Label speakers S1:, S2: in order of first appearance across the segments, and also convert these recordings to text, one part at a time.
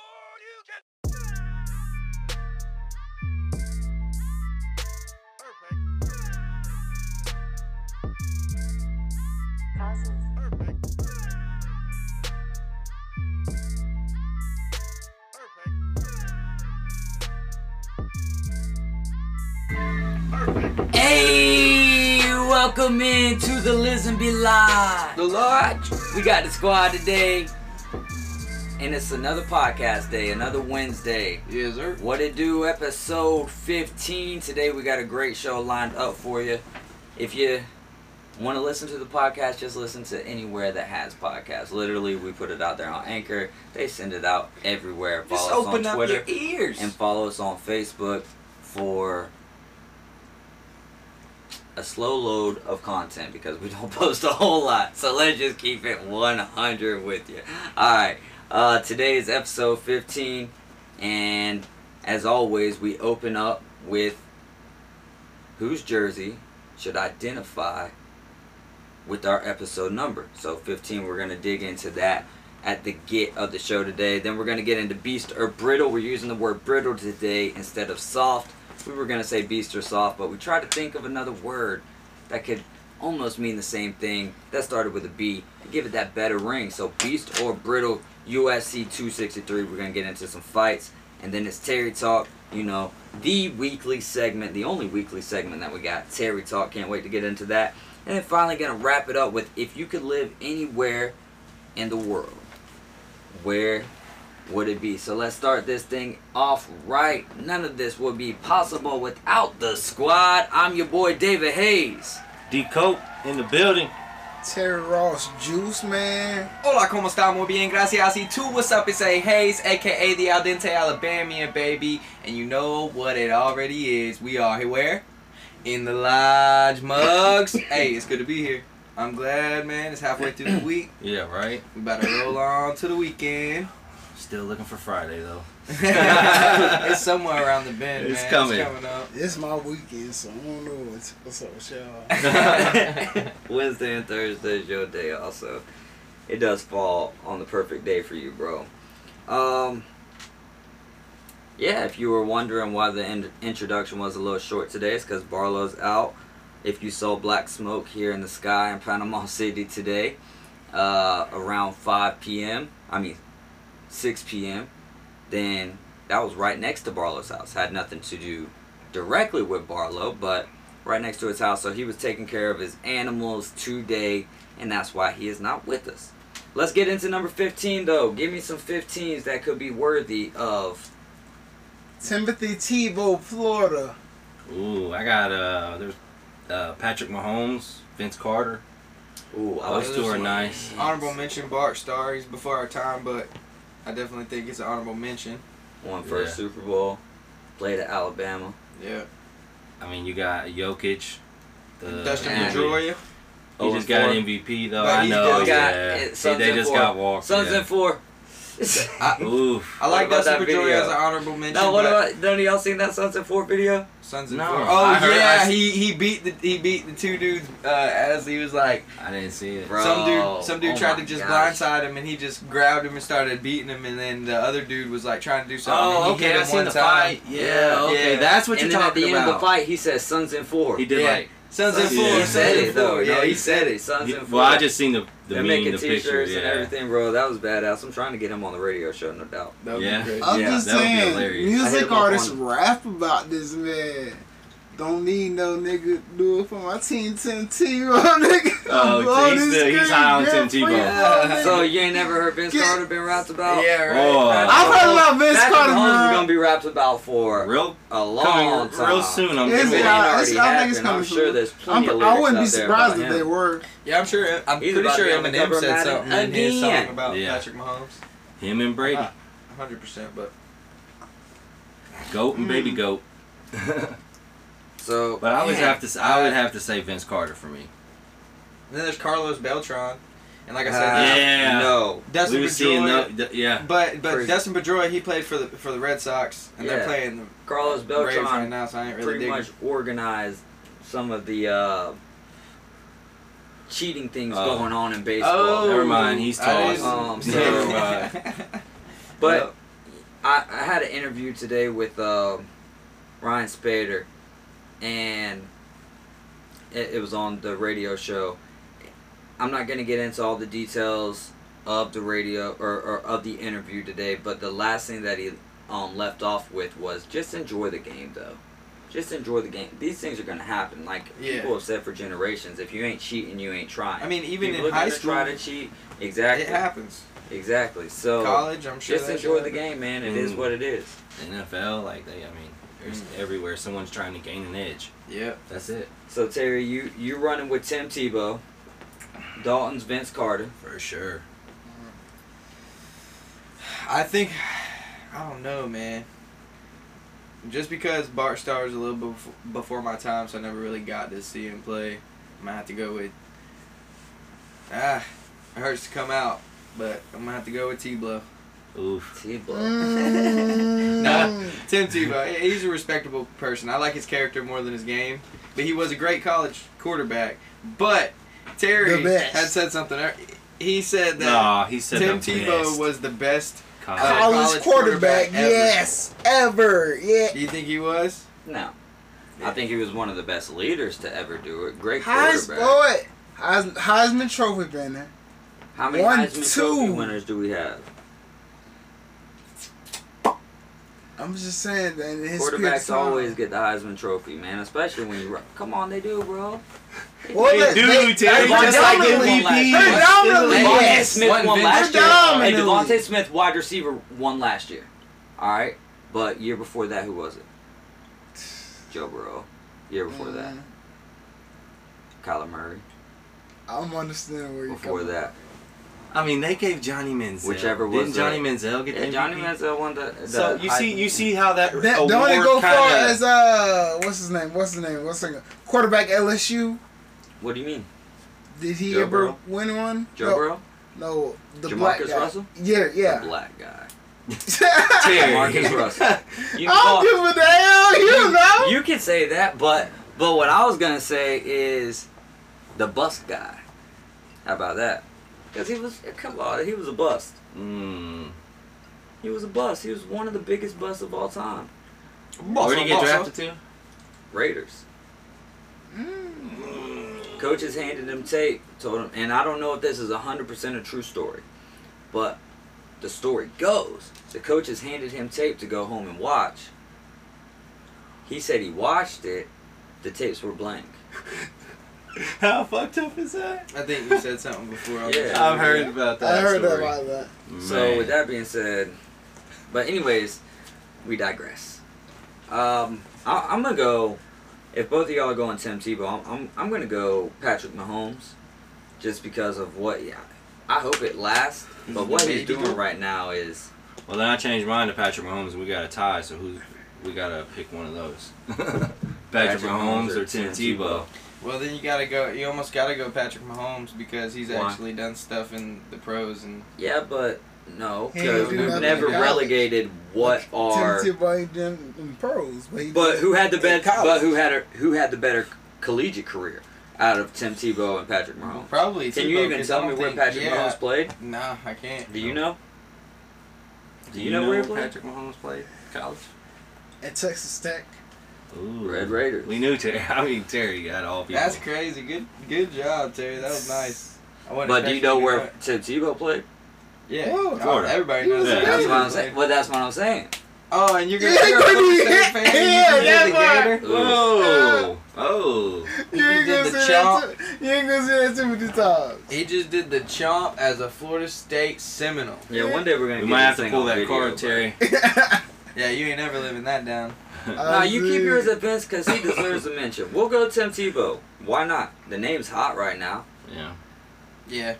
S1: You can perfect,
S2: Causes.
S1: perfect, perfect, perfect.
S3: Hey, welcome in to the Liz and Be Live. The Lodge. We got the squad today. And it's another podcast day, another Wednesday.
S4: Yes, sir.
S3: What it do, episode 15. Today we got a great show lined up for you. If you want to listen to the podcast, just listen to anywhere that has podcasts. Literally, we put it out there on Anchor. They send it out everywhere. Follow
S4: Just
S3: us
S4: open
S3: on
S4: up
S3: Twitter
S4: your ears.
S3: and follow us on Facebook for a slow load of content because we don't post a whole lot. So let's just keep it 100 with you. All right, uh, today is episode 15, and as always, we open up with whose jersey should identify with our episode number. So 15, we're gonna dig into that at the get of the show today. Then we're gonna get into beast or brittle. We're using the word brittle today instead of soft. We were gonna say beast or soft, but we tried to think of another word that could almost mean the same thing that started with a B to give it that better ring. So beast or brittle USC 263. We're gonna get into some fights, and then it's Terry Talk. You know, the weekly segment, the only weekly segment that we got. Terry Talk. Can't wait to get into that. And then finally, gonna wrap it up with if you could live anywhere in the world, where would it be? So let's start this thing off right. None of this would be possible without the squad. I'm your boy David Hayes.
S5: D Coke in the building.
S6: Terry Ross Juice Man.
S4: Hola, ¿cómo está? Muy bien, gracias. Y two, what's up? It's A. Hayes, aka the Al Dente Alabamian, baby. And you know what it already is. We are here where? In the Lodge Mugs. hey, it's good to be here. I'm glad, man. It's halfway through the week.
S5: Yeah, right.
S4: We about to roll on to the weekend.
S5: Still looking for Friday though.
S4: it's somewhere around the bend,
S5: It's
S4: man.
S5: coming.
S4: It's coming up.
S6: It's my weekend, so I don't know what's, what's up with y'all.
S3: Wednesday and Thursday is your day also. It does fall on the perfect day for you, bro. Um, yeah, if you were wondering why the in- introduction was a little short today, it's because Barlow's out. If you saw black smoke here in the sky in Panama City today, uh, around 5 p.m., I mean 6 p.m., then that was right next to Barlow's house. Had nothing to do directly with Barlow, but right next to his house. So he was taking care of his animals today, and that's why he is not with us. Let's get into number 15, though. Give me some 15s that could be worthy of.
S6: Timothy Tebow, Florida.
S5: Ooh, I got uh, there's uh, Patrick Mahomes, Vince Carter.
S3: Ooh, I
S5: Those
S3: was
S5: two are nice.
S4: Honorable mention, Bart Starr. He's before our time, but I definitely think it's an honorable mention.
S3: Won first
S5: Yeah.
S3: Super Bowl, played at Alabama.
S4: Yeah.
S5: I mean, you got Jokic. The
S4: Dustin
S3: yeah.
S4: Pedroia.
S5: He just got MVP though.
S4: But
S5: I
S4: he
S5: know.
S4: just
S3: got-
S5: yeah.
S3: it-
S5: See,
S3: Suns
S5: they
S3: in
S5: just
S3: four.
S5: got walked.
S3: Suns
S5: yeah.
S3: in four.
S5: Oof.
S4: I like
S3: about
S4: Dustin
S3: that
S4: Pedroia
S3: video?
S4: as an honorable mention.
S3: no, what
S4: but
S3: about, none of y'all seen that Suns in four video?
S4: Sons of
S5: No.
S4: Four.
S5: I
S4: Oh
S5: heard-
S4: yeah,
S5: I-
S4: he he beat the he beat the two dudes uh, as he was like
S5: I didn't see it.
S3: Bro.
S4: some dude some dude
S3: oh
S4: tried
S3: my
S4: to just
S3: gosh.
S4: blindside him and he just grabbed him and started beating him and then the other dude was like trying to do something.
S5: Oh,
S4: and he
S5: okay.
S4: hit him
S5: I seen
S4: one
S5: the
S4: time.
S5: fight. Yeah. Okay. That's what
S3: and
S5: you're
S3: then at the
S5: talking
S3: end of
S5: about.
S3: the fight, he says Suns in four.
S5: He did
S4: Yeah.
S5: like.
S4: Sons and
S5: He
S4: Four.
S3: He
S5: Yeah.
S3: said
S4: Sons
S3: it
S4: and
S3: though.
S4: Four.
S3: Yeah,
S4: Yeah,
S3: he said it. Sons in four.
S5: Well, I just seen the the
S3: They're
S5: meme,
S3: making
S5: the picture.
S3: t-shirts and
S5: Yeah.
S3: everything, bro. That was badass. I'm trying to get him on the radio show, no doubt.
S4: That would be
S5: Yeah.
S4: great.
S6: I'm
S3: Yeah,
S6: just
S5: that would be
S6: saying,
S5: hilarious.
S3: I hit him
S6: music
S3: up
S6: artists
S3: on-
S6: rap about this man. Don't need no nigga do it for my team, Tim Tebow, nigga.
S5: Oh,
S6: Blow
S5: he's
S6: this
S5: still- he's
S6: screen,
S5: high on
S6: yeah,
S5: Tim Tebow.
S6: free
S4: Yeah.
S6: throw,
S3: So
S6: nigga.
S3: you ain't never heard Vince
S6: Get-
S3: Carter been rapped about?
S4: Yeah, right.
S5: Oh.
S6: I've heard about Vince
S3: Patrick
S6: Carter,
S3: Mahomes is
S6: bro.
S3: gonna be rapped about for
S5: Real
S3: a long
S5: coming
S3: time.
S5: real soon. I'm
S6: It's
S3: If it ain't
S5: sure.
S6: not-
S3: already
S6: it's- I think
S3: happened,
S6: it's
S3: I'm
S6: coming
S3: sure
S6: soon.
S3: there's plenty of
S6: I'm, I
S3: lyrics
S6: wouldn't be
S3: out there about
S6: surprised if
S3: him.
S6: they were.
S4: Yeah, I'm sure. I'm
S3: He's
S4: pretty
S3: about
S4: sure
S3: to be on the cover
S4: Eminem
S3: of
S4: said
S3: Madden
S4: something in his
S3: again.
S4: song about
S5: Yeah.
S4: Patrick Mahomes.
S5: Him and Brady,
S4: Uh, 100, percent but
S5: goat and baby goat.
S3: So,
S5: But I always
S3: man,
S5: have to. s- I would have to say Vince Carter for me.
S4: then there's Carlos Beltran, and like I said,
S3: uh,
S5: Yeah.
S3: No.
S4: Dustin
S5: we were
S4: Pedroia-
S5: seeing tho- th- yeah.
S4: But but
S3: Crazy.
S4: Dustin Pedroia, he played for the for the Red Sox, and
S3: Yeah.
S4: they're playing the
S3: Carlos
S4: Braves right
S3: Oh, Beltran
S4: now, so I ain't really
S3: pretty
S4: digging.
S3: much organized some of the uh, cheating things
S5: Oh.
S3: going on in baseball.
S4: Oh,
S5: Never mind, he's
S4: I
S5: tossed.
S4: didn't-
S3: Um, so-
S5: Never mind.
S3: But
S4: Yep.
S3: I, I had an interview today with um, Ryan Spader, and it, it was on the radio show. I'm not gonna get into all the details of the radio or, or of the interview today, but the last thing that he um, left off with was just enjoy the game, though. Just enjoy the game. These things are gonna happen. Like
S4: Yeah.
S3: people have said for generations, if you ain't cheating, you ain't trying.
S4: I mean, even
S3: people
S4: in
S3: are
S4: high
S3: gonna
S4: school,
S3: try to cheat. Exactly.
S4: it happens.
S3: Exactly. So
S4: College, I'm sure.
S3: just
S4: that
S3: enjoy
S4: shit
S3: the
S4: happens.
S3: game, man. It is
S5: Mm.
S3: what it is.
S5: The NFL, like they, I mean, there's everywhere. Someone's trying to gain an edge.
S4: Yeah.
S5: That's it
S3: So Terry, you you running with Tim Tebow, Dalton's Vince Carter.
S5: for sure.
S4: I think I don't know, man. Just because Bart Starr was a little before, before my time, so I never really got to see him play. I'm gonna have to go with ah, it hurts to come out, but I'm gonna have to go with Tebow.
S5: Oof.
S3: Tebow.
S6: Mm.
S4: Nah. Tim Tebow. he- He's a respectable person. I like his character more than his game, but he was a great college quarterback. But Terry
S6: The best.
S4: had said something. ear- He said that
S5: Nah, he said
S4: Tim
S5: the
S4: Tebow
S5: best.
S4: was the best.
S5: College.
S4: Uh,
S6: College
S4: College quarterback
S6: quarterback,
S4: ever.
S6: yes, ever, yeah.
S4: Do you think he was?
S3: no, I think he was one of the best leaders to ever do it. Great
S6: Heis,
S3: quarterback.
S6: boy, Heis, Heisman Trophy banner.
S3: How many
S6: One,
S3: Heisman Trophy
S6: two.
S3: winners do we have?
S6: I'm just saying, man. His period of
S3: Quarterbacks
S6: time.
S3: always get the Heisman Trophy, man. Especially when you run. Come on, they do, bro.
S6: Well,
S5: They
S6: look,
S3: Terry,
S5: do,
S6: They
S3: just like
S6: dominantly-
S3: MVP.
S6: They dominantly,
S3: Devontae
S6: yes.
S3: Smith
S4: One
S3: won
S4: Vince-
S3: last year. Hey,
S6: Predominantly.
S3: Devontae Smith, wide receiver, won last year. All right, but year before that, who was it? Joe Burrow. Year before that,
S6: Mm,
S3: Kyler Murray.
S6: I'm understanding where you're
S3: Before
S6: coming
S3: that,
S5: I mean, they gave Johnny Manziel.
S3: Whichever was
S5: Didn't Johnny
S3: the-
S5: Manziel get the
S3: Yeah, Johnny
S5: MVP?
S3: Manziel won the. the
S5: So you
S3: I-
S5: see, you see how that,
S6: That,
S5: award
S6: don't it go far
S5: kinda-
S6: as uh, what's his name? What's his name? What's his name? quarterback LSU?
S3: What do you mean,
S6: Did he
S3: Joe
S6: ever
S3: Burrow.
S6: win one?
S3: Joe
S6: no,
S3: Burrow,
S6: No, the
S3: Jamarcus
S6: black guy.
S3: Russell?
S6: Yeah,
S3: the
S6: yeah.
S3: black guy.
S5: Terry.
S3: Marcus Russell. You,
S6: I don't
S3: oh,
S6: give a damn, you know.
S3: you can say that, but but what I was gonna say is the bust guy. How about that? Because he was come on, he was a bust.
S5: Mm.
S3: He was a bust. He was one of the biggest busts of all time.
S5: Where did he get drafted to?
S3: Raiders. Coaches handed him tape, told him, and I don't know if this is 100% a true story, but the story goes the coaches handed him tape to go home and watch. He said he watched it, the tapes were blank.
S5: How fucked up is that?
S4: I think you said something before. I was-
S3: Yeah.
S5: I've heard about that.
S6: I heard
S5: story.
S6: about that.
S3: So, with
S5: Man.
S3: that being said, but, anyways, we digress. Um, I, I'm going to go, if both of y'all are going Tim Tebow, I'm, I'm, I'm going to go Patrick Mahomes just because of what, yeah. I hope it lasts, but what he's
S4: Maybe.
S3: doing right now is
S5: well, then I changed mine to Patrick Mahomes, and we got a tie. So who? We gotta pick one of those. Patrick,
S3: Patrick
S5: Mahomes or Tim Tebow.
S4: Well, then you gotta go. You almost gotta go Patrick Mahomes because he's
S3: Why?
S4: actually done stuff in the pros and
S3: Yeah, but no,
S6: He
S3: because
S4: ain't do
S3: we've
S4: nothing
S3: never
S4: in college.
S3: relegated what are.
S6: Tim Tebow ain't done in pros, but he
S3: But
S6: did
S3: who had the
S6: in
S3: best?
S6: college.
S3: But who had a, who had the better collegiate career out of Tim Tebow and Patrick Mahomes?
S4: probably.
S3: Can
S4: Tebow,
S3: you even
S4: 'cause
S3: tell
S4: I
S3: me
S4: don't
S3: where
S4: think-
S3: Patrick
S4: yeah.
S3: Mahomes played?
S4: Nah, I can't.
S3: Do you know? Do you know where he played?
S5: Patrick Mahomes played college?
S6: at Texas Tech?
S5: Ooh,
S3: Red Raiders.
S5: We knew Terry. I mean Terry got all people.
S4: That's crazy. Good, good job, Terry. That was nice. I wasn't
S3: But do you
S4: expecting
S3: know
S4: to
S3: where
S4: that.
S3: Tim Tebow played?
S4: Yeah,
S6: Oh,
S5: Florida.
S4: everybody
S6: He
S4: knows.
S6: was
S5: Yeah.
S4: that.
S3: That's
S6: Gator.
S3: what I'm saying. Well, that's what I'm saying.
S4: Oh, and you're gonna
S6: Yeah,
S4: you're a
S6: he
S4: Golden
S6: could be-
S4: State fan.
S6: yeah,
S4: you can be
S6: that's
S4: the
S6: why.
S4: Gator.
S5: Whoa! Oh!
S6: You
S4: did
S6: ain't gonna
S4: the
S6: say
S4: chomp.
S6: that. To, you ain't gonna say that too many times.
S4: He just did the chomp as a Florida State Seminole.
S3: Yeah, one day we're gonna.
S5: We
S3: get
S5: might
S3: this
S5: have to
S3: thing
S5: pull
S3: on
S5: that
S3: video,
S5: card,
S3: but-
S5: Terry.
S4: Yeah, you ain't never living that down.
S3: No, you keep yours at Vince because he deserves a mention. We'll go Tim Tebow. Why not? The name's hot right now.
S5: Yeah.
S4: Yeah,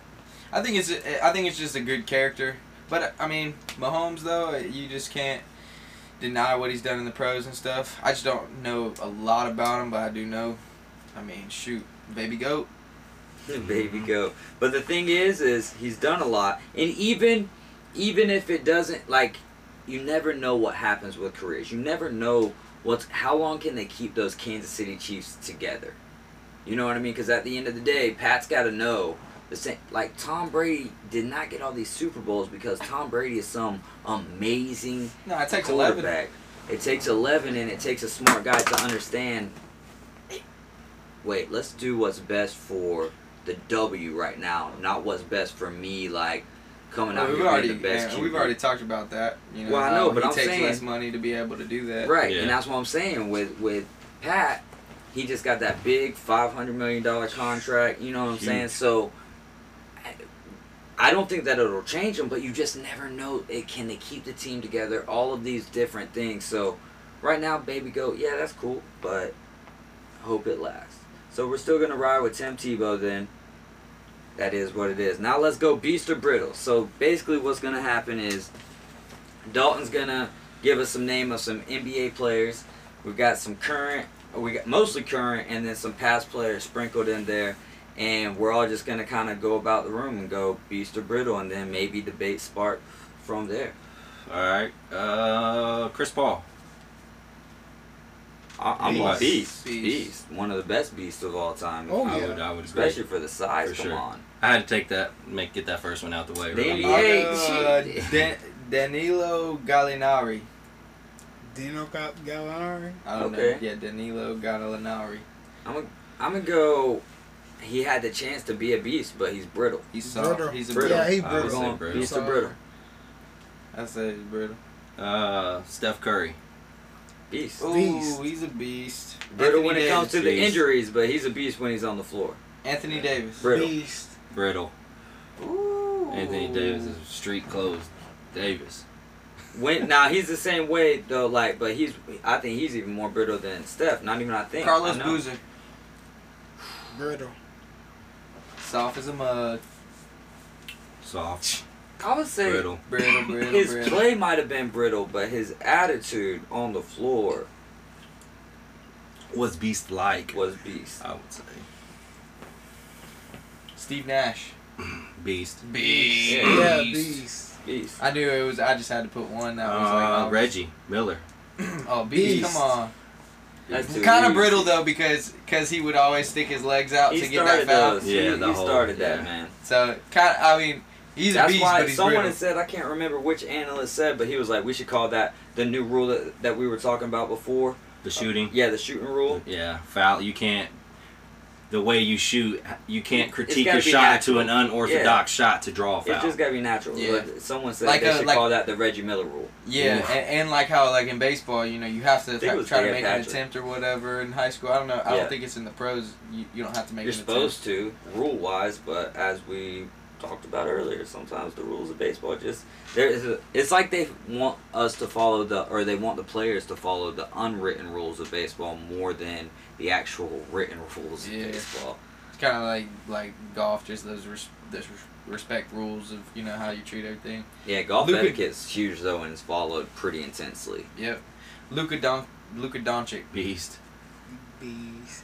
S4: I think it's I think it's just a good character. But I mean, Mahomes though, you just can't deny what he's done in the pros and stuff. I just don't know a lot about him, but I do know. I mean, shoot, baby goat.
S3: baby go but the thing is is he's done a lot and even even if it doesn't like you never know what happens with careers you never know what's how long can they keep those kansas city chiefs together you know what i mean because at the end of the day pat's got to know the same. Like Tom Brady did not get all these Super Bowls because Tom Brady is some amazing
S4: No, it takes eleven.
S3: quarterback. It takes 11 and it takes a smart guy to understand. Wait, let's do what's best for the W right now, not what's best for me. Like coming out
S4: Well,
S3: here
S4: we've
S3: being
S4: already,
S3: the best.
S4: yeah, we've
S3: QB.
S4: already talked about that. You know,
S3: Well, I
S4: how
S3: know, but
S4: he
S3: I'm
S4: takes
S3: saying-
S4: less money to be able to do that.
S3: right,
S5: Yeah.
S3: and that's what I'm saying with with Pat. He just got that big five hundred million dollar contract. You know what I'm saying?
S5: Huge.
S3: So. I- I don't think that it'll change him, but you just never know. It can they keep the team together? All of these different things. So, right now, baby goat, yeah, that's cool, but hope it lasts. So we're still gonna ride with Tim Tebow then. That is what it is. Now let's go beast or brittle. So basically, what's gonna happen is Dalton's gonna give us some name of some NBA players. We've got some current, or we got mostly current, and then some past players sprinkled in there. And we're all just gonna kind of go about the room and go beast or brittle, and then maybe debate spark from there.
S5: All right. Uh, Chris Paul.
S3: I- I'm
S5: Beast.
S3: a beast,
S4: Beast.
S3: beast, one of the best beasts of all time,
S6: Oh,
S5: I
S6: yeah.
S5: would. I would agree.
S3: especially for the size.
S5: For
S3: Come
S5: sure.
S3: on,
S5: I had to take that. Make get that first one out the way.
S3: The
S5: Really.
S3: NBA. Yay,
S4: Uh,
S3: shit.
S4: Dan- Danilo Gallinari.
S6: Dino Gal- Gallinari.
S4: I don't
S3: Okay.
S4: know. Yeah, Danilo Gallinari.
S3: I'm gonna go. He had the chance to be a beast, but he's brittle.
S4: He's soft.
S6: Brittle.
S4: He's a
S3: Brittle.
S4: brittle.
S6: Yeah, he
S5: I would
S3: We're
S5: say
S6: brittle.
S3: going
S5: brittle.
S3: beast or brittle.
S4: I said he's brittle.
S5: Uh, Steph Curry. Oh,
S3: Beast.
S4: Ooh,
S6: Beast.
S4: he's a beast.
S3: Brittle
S4: Anthony
S3: when it
S4: Davis.
S3: comes to the
S5: Beast.
S3: injuries, but he's a beast when he's on the floor.
S4: Anthony Davis.
S3: Brittle.
S6: Beast.
S5: Brittle.
S4: Ooh.
S5: Anthony Davis is street clothes. Davis.
S3: When now he's the same way though, like, but he's I think he's even more brittle than Steph. Not even I think.
S4: Carlos
S3: I know.
S4: Boozer.
S6: Brittle.
S4: Soft as a mug.
S5: Soft.
S3: I would say
S5: Brittle.
S4: Brittle, brittle,
S3: his
S4: brittle.
S3: play might have been brittle, but his attitude on the floor
S5: Was beast like.
S3: was beast.
S5: I would say.
S4: Steve Nash.
S5: Beast.
S4: Beast.
S6: Yeah, beast.
S3: Beast.
S4: I knew it was. I just had to put one that was like
S5: Uh,
S3: um,
S4: obvious.
S5: Reggie Miller.
S4: Oh, beast!
S6: Beast.
S4: Come on.
S3: That's too
S4: Kind of
S3: easy.
S4: brittle though, because because he would always stick his legs out
S3: He
S4: to get that
S3: started
S4: foul.
S3: those.
S5: Yeah,
S3: he,
S5: the
S3: he
S5: whole-
S3: started that
S5: yeah.
S3: man.
S4: So kind. I mean, he's
S3: That's
S4: a beast,
S3: why
S4: but he's
S3: someone
S4: brittle.
S3: had said I can't remember which analyst said, but he was like, we should call that the new rule that, that we were talking about before.
S5: The shooting.
S3: Yeah, the shooting rule.
S5: Yeah, foul. You can't. The way you shoot, you can't critique
S3: gotta
S5: your
S3: be
S5: shot
S3: natural.
S5: to an unorthodox shot to draw a
S3: It's
S5: foul.
S3: just gotta be natural.
S4: Yeah.
S3: But Someone said
S4: Like
S3: they
S4: a-
S3: should
S4: like-
S3: call that the Reggie Miller rule.
S4: Yeah,
S5: Oof.
S4: and, and like how like in baseball, you know, you have to
S3: think it was
S4: try to
S3: Dan
S4: make an
S3: Patrick.
S4: attempt or whatever in high school. I don't know. I
S3: Yeah.
S4: don't think it's in the pros. You, you don't have to make.
S3: You're
S4: an
S3: supposed to, rule wise, but as we talked about earlier, sometimes the rules of baseball just there is a, it's like they want us to follow the or they want the players to follow the unwritten rules of baseball more than the actual written rules
S4: Yeah.
S3: of baseball.
S4: Attempt. It's kind of like like golf, just those res- those res- respect rules of you know how you treat everything.
S3: Yeah, golf
S4: Luka-
S3: etiquette's huge though and it's followed pretty intensely.
S4: Yep. Luka Don Luka Doncic.
S5: beast.
S6: Beast.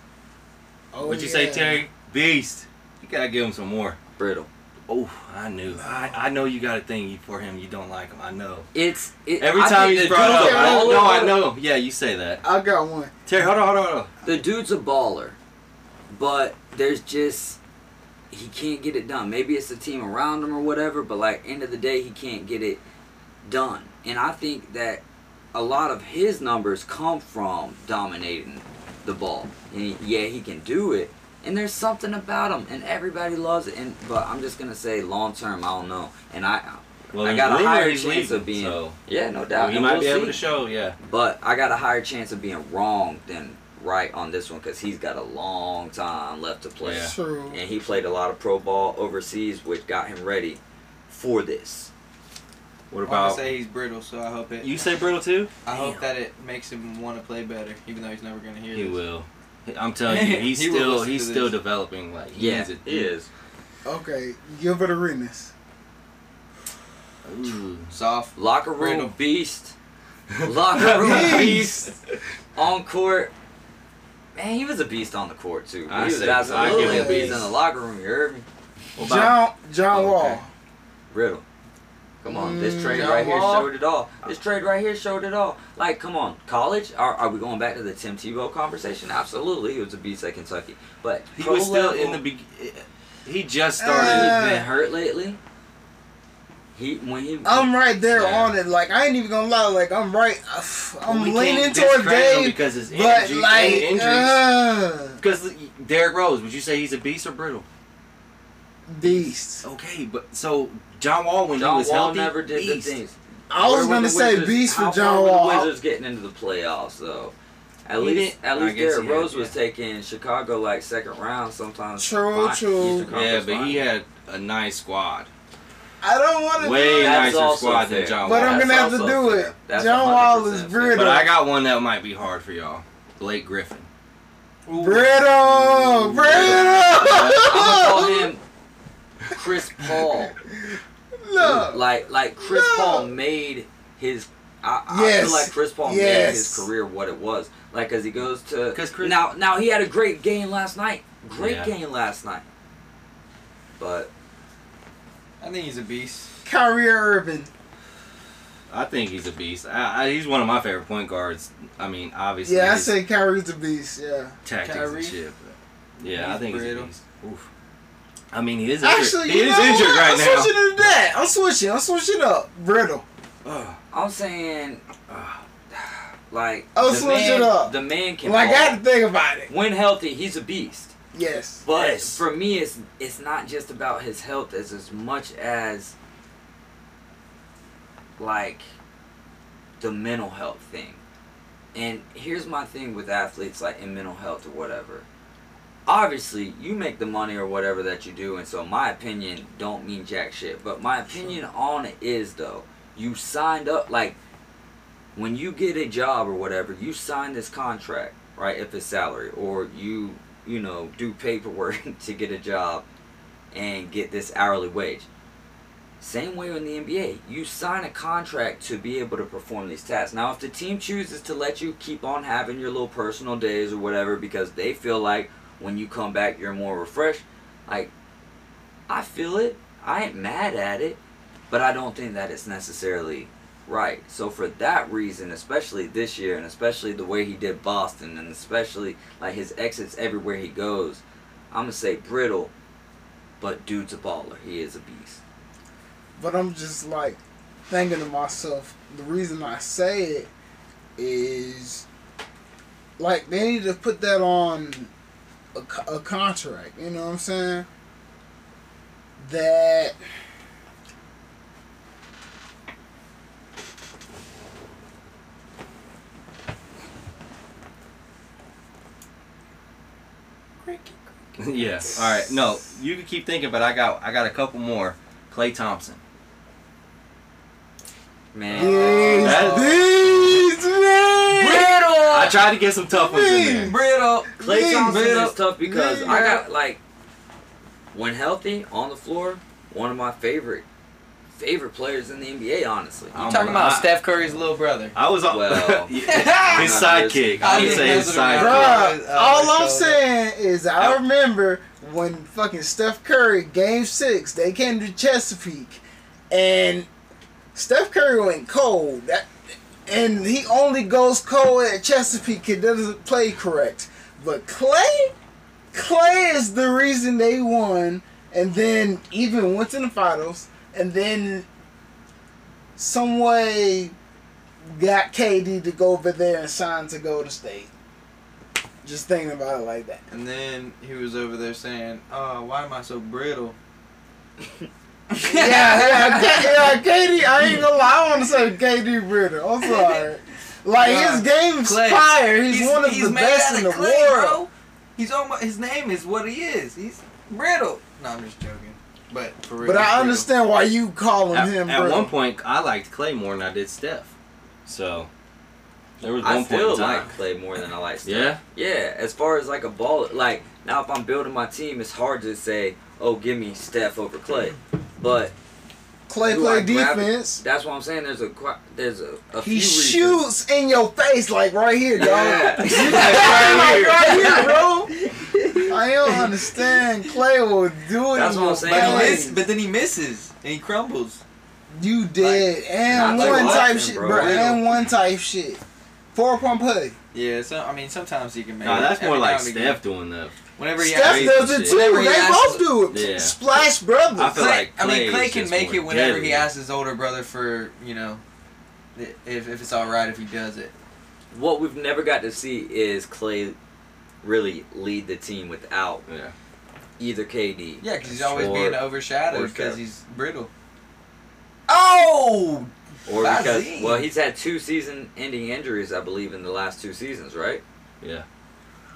S6: Oh,
S5: What'd you
S6: yeah.
S5: say, Terry? Beast. You gotta give him some more.
S3: Brittle.
S5: Oh, I knew. I, I know you got a thing for him. You don't like him. I know.
S3: It's it,
S5: Every
S3: I
S5: time
S3: think
S5: he's
S3: the
S5: brought up,
S3: dude's a
S5: I,
S6: baller.
S5: no, I
S3: baller.
S5: know. Yeah, you say that.
S6: I got one.
S5: Terry, hold on, hold on, hold on.
S3: The dude's a baller, but there's just he can't get it done. Maybe it's the team around him or whatever, but like end of the day, he can't get it done. And I think that a lot of his numbers come from dominating the ball. And yeah, he can do it. And there's something about him, and everybody loves it. And but I'm just gonna say, long term, I don't know. And I,
S5: Well,
S3: I
S5: there's
S3: got a
S5: rumor
S3: higher
S5: he's
S3: chance of
S5: leaving,
S3: being-
S5: So
S3: yeah, no doubt.
S5: well, he
S3: and
S5: might
S3: we'll
S5: be able
S3: see.
S5: to show. Yeah.
S3: But I got a higher chance of being wrong than right on this one because he's got a long time left to play.
S5: Yeah.
S6: True.
S3: And he played a lot of pro ball overseas, which got him ready for this.
S5: What
S4: I'm gonna
S5: about
S4: say he's brittle, so I hope it.
S5: you? Say brittle too.
S4: I hope
S3: Damn.
S4: that it makes him want to play better, even though he's never gonna hear
S5: He
S4: this.
S5: will. I'm telling you, he's
S4: He will
S5: still
S4: listen
S5: he's
S4: to
S5: still
S4: this.
S5: developing. Like he
S3: Yeah,
S5: needs it.
S3: he is.
S6: Okay, give it a witness.
S5: Ooh.
S4: Soft.
S3: Locker room
S4: Randall.
S3: beast. Locker room beast.
S6: Beast.
S3: On court. Man, he was a beast on the court, too. He
S5: I
S3: was
S5: say-
S3: absolutely
S6: I give him
S3: a beast
S6: beast.
S3: in the locker room. You heard me?
S5: What about- Oh,
S6: John John
S4: Okay.
S6: Wall.
S3: Riddle. Come on, this
S6: Mm,
S3: trade
S4: John
S3: right here
S4: Wall.
S3: showed it all. This trade right here showed it all. Like, come on, college? Are, are we going back to the Tim Tebow conversation? Absolutely, he was a beast at Kentucky, but
S5: He
S3: pro
S5: was still
S3: level-
S5: in the be- He just
S6: Uh,
S5: started.
S3: been hurt lately. He when he
S6: I'm right there
S5: Yeah.
S6: on it. Like I ain't even gonna lie. Like I'm right. uh, I'm
S5: we
S6: leaning
S5: can't
S6: toward
S5: discredit him
S6: Dave,
S5: because his
S6: but
S5: energy
S6: like,
S5: and injuries.
S6: uh,
S5: because Derrick Rose, would you say he's a beast or brittle?
S6: beast.
S5: Okay, but so John Wall when
S3: John
S5: he was
S3: Wall
S5: healthy,
S3: never did
S5: beast.
S3: the things.
S6: I was
S3: Where were
S6: gonna
S3: the
S6: say
S3: Wizards-
S6: beast
S3: how
S6: for
S3: far
S6: John
S3: were
S6: Wall.
S3: The Wizards getting into the playoffs though. At
S5: He
S3: least,
S5: didn't-
S3: at
S5: I
S3: least
S5: guess he
S3: Derrick
S5: had,
S3: Rose
S5: yeah.
S3: was taking Chicago like second round sometimes.
S6: True,
S3: fi-
S6: true.
S3: Eastern
S5: Yeah,
S3: Conference
S5: but he
S3: Finals.
S5: had a nice squad.
S6: I don't want to.
S5: Way
S6: do it.
S3: That's
S5: nicer
S3: also
S5: squad than
S3: fair.
S5: John Wall.
S6: But I'm gonna have to
S3: That's
S6: do
S3: also
S6: it.
S3: fair. That's
S6: John Wall is
S3: 100% fair.
S6: brittle.
S5: But I got one that might be hard for y'all. Blake Griffin.
S6: Brittle,
S3: I'm gonna call
S6: brittle.
S3: him Chris Paul.
S6: Look,
S3: Like like Chris
S6: No.
S3: Paul made his. I, I
S6: Yes.
S3: feel like Chris Paul made
S6: Yes.
S3: his career what it was. Like as he goes to
S5: 'Cause Chris-
S3: now now he had a great game last night. Great
S5: Yeah.
S3: game last night. But
S4: I think he's a beast.
S6: Kyrie Irving.
S5: I think he's a beast. I, I, he's one of my favorite point guards. I mean, obviously,
S6: Yeah, I
S5: his
S6: say Kyrie's a beast. Yeah.
S5: tactics
S4: Kyrie.
S5: and shit. But yeah, I
S4: He's
S5: think he's
S4: brittle.
S5: a beast. Oof. I mean, he is injured.
S6: Actually,
S5: he
S6: you
S5: is
S6: know
S5: injured
S6: what?
S5: right
S6: I'm
S5: now.
S6: switching to that. I'm switching. I'm switching up. Brittle.
S5: Ugh,
S3: I'm saying
S5: ugh.
S3: like
S6: Oh,
S3: the
S6: switch
S3: man,
S6: it up.
S3: the man can.
S6: Like I
S3: ball.
S6: had to think about it.
S3: when healthy, he's a beast.
S6: Yes.
S3: But
S5: Yes.
S3: for me, it's it's not just about his health as as much as like the mental health thing. And here's my thing with athletes, like in mental health or whatever. Obviously, you make the money or whatever that you do, and so my opinion don't mean jack shit. But my opinion on it is though, you signed up like when you get a job or whatever, you sign this contract, right? If it's salary or you you know, do paperwork to get a job and get this hourly wage. Same way in the NBA, you sign a contract to be able to perform these tasks. Now, if the team chooses to let you keep on having your little personal days or whatever because they feel like when you come back you're more refreshed, like, I feel it. I ain't mad at it, but I don't think that it's necessarily right. So, for that reason, especially this year and especially the way he did Boston and especially like his exits everywhere he goes. I'm gonna say brittle, but dude's a baller. He is a beast.
S6: But I'm just like thinking to myself, the reason I say it is like they need to put that on a, co- a contract. You know what I'm saying? That
S5: yeah. All right. No, you can keep thinking, but I got I got a couple more. Clay Thompson.
S3: Man,
S6: is
S5: that's-
S6: these men.
S5: I tried to get some tough ones in there.
S4: Brittle.
S3: Clay
S6: Man,
S3: Thompson
S4: man.
S3: is tough because
S6: Man.
S3: I got like when healthy on the floor, one of my favorite favorite players in the NBA. Honestly,
S5: I'm
S4: You talking about
S5: not-
S4: Steph Curry's little brother?
S5: I was on
S3: Well,
S5: Yeah, his
S3: I'm not
S5: sidekick.
S4: I
S5: I would
S4: didn't
S5: say
S4: mess
S5: his
S4: with him, bro.
S5: sidekick.
S6: Bruh,
S4: Oh,
S6: all
S4: my
S6: I'm
S4: God.
S6: saying is I
S5: Yep.
S6: remember when fucking Steph Curry game six, they came to Chesapeake and Steph Curry went cold. That and he only goes cold at Chesapeake and doesn't play correct. But Clay Clay is the reason they won and then even went to the finals and then some way got KD to go over there and sign to go to state. Just thinking about it like that.
S4: And then he was over there saying, "Oh, why am I so brittle?"
S6: Yeah, yeah, K- yeah, KD. I ain't gonna lie. I want to say KD Ritter. I'm sorry. Like his game's
S4: Clay.
S6: fire. He's, one of the
S4: made
S6: best
S4: out
S6: in the
S4: of clay,
S6: world.
S4: bro. He's almost, his name is what he is. He's brittle. No, I'm just joking. But for real, he's
S6: But I
S4: brittle.
S6: understand why you calling
S5: At,
S6: him.
S5: at
S6: bro.
S5: one point, I liked Clay more than I did Steph. So there was one
S3: I
S5: point in
S3: still
S5: time.
S3: like Clay more than I like Steph.
S5: Yeah.
S3: Yeah, as far as like a ball, like now if I'm building my team, it's hard to say, oh, give me Steph over Clay. But
S6: Clay
S3: do
S6: play
S3: I gravi-
S6: defense.
S3: that's what I'm saying. There's a qu- there's a, a few
S6: He
S3: reasons.
S6: shoots in your face like right here, dog.
S3: Yeah.
S6: like
S5: Right
S6: right here, bro. I don't understand. Clay will do it.
S3: That's what
S6: in
S3: I'm
S6: your
S3: saying.
S4: But, he
S3: Clay.
S4: miss, but then he misses and he crumbles.
S6: You did. and
S3: not
S6: one
S3: like
S6: type
S3: Watson,
S6: shit,
S3: bro.
S6: bro. And one type shit. Four point play.
S4: Yeah, so I mean, sometimes you can make.
S5: Nah,
S4: it.
S5: that's more
S4: Every
S5: like
S4: now and again.
S5: Steph doing that.
S4: Whenever he
S6: Steph
S5: crazy
S6: does it
S5: shit.
S6: too.
S4: Whenever he
S6: They
S4: asks-
S6: both do it.
S5: Yeah.
S6: Splash Brothers.
S5: I feel
S4: Clay,
S5: like
S4: I mean,
S5: Clay
S4: Clay
S5: is
S4: can
S5: just
S4: make
S5: more
S4: it whenever
S5: deadly.
S4: he asks his older brother for you know, i- if if it's all right if he does it.
S3: What we've never got to see is Clay really lead the team without
S5: Yeah.
S3: either KD.
S4: Yeah, because he's always
S3: Or-
S4: being
S3: or
S4: overshadowed
S3: Steph.
S4: because he's brittle. Oh,
S3: Or because
S4: Bazine.
S3: well, he's had two season-ending injuries, I believe, in the last two seasons, right?
S5: Yeah.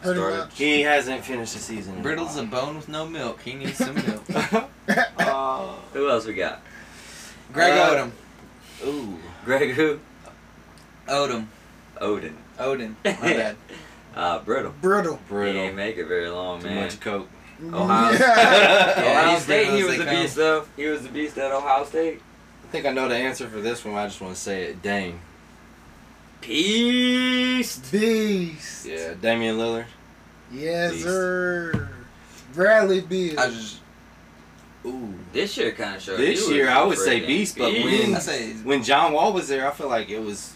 S6: Pretty
S3: Started-
S6: much.
S5: He hasn't finished the season.
S4: brittle's a bone with no milk. He needs some milk.
S3: Who else we got?
S4: Greg
S5: Uh,
S4: Odom,
S5: Ooh.
S3: Greg who?
S4: Odom,
S3: Odin.
S4: Odin. My bad.
S3: Uh, brittle.
S6: Brittle.
S3: He ain't make it very long,
S5: Too
S3: man.
S5: much coke.
S3: Ohio.
S6: Yeah.
S4: Yeah,
S3: Ohio
S4: he's
S3: State,
S4: brittle
S3: he
S4: as
S3: was
S4: they
S3: the
S4: come.
S3: beast though. He was the beast at Ohio State.
S5: I think I know the answer for this one. I just want to say it. Dame.
S3: Beast.
S6: Beast.
S5: Yeah. Damian Lillard.
S6: Yes,
S5: Beast.
S6: sir. Bradley Beal.
S4: I just
S5: Ooh.
S3: This year kind of showed.
S5: This
S3: he
S5: year,
S3: was
S5: I would
S3: a
S5: say
S3: freaking
S5: beast, but when
S4: I say he's-
S5: when John Wall was there, I feel like it was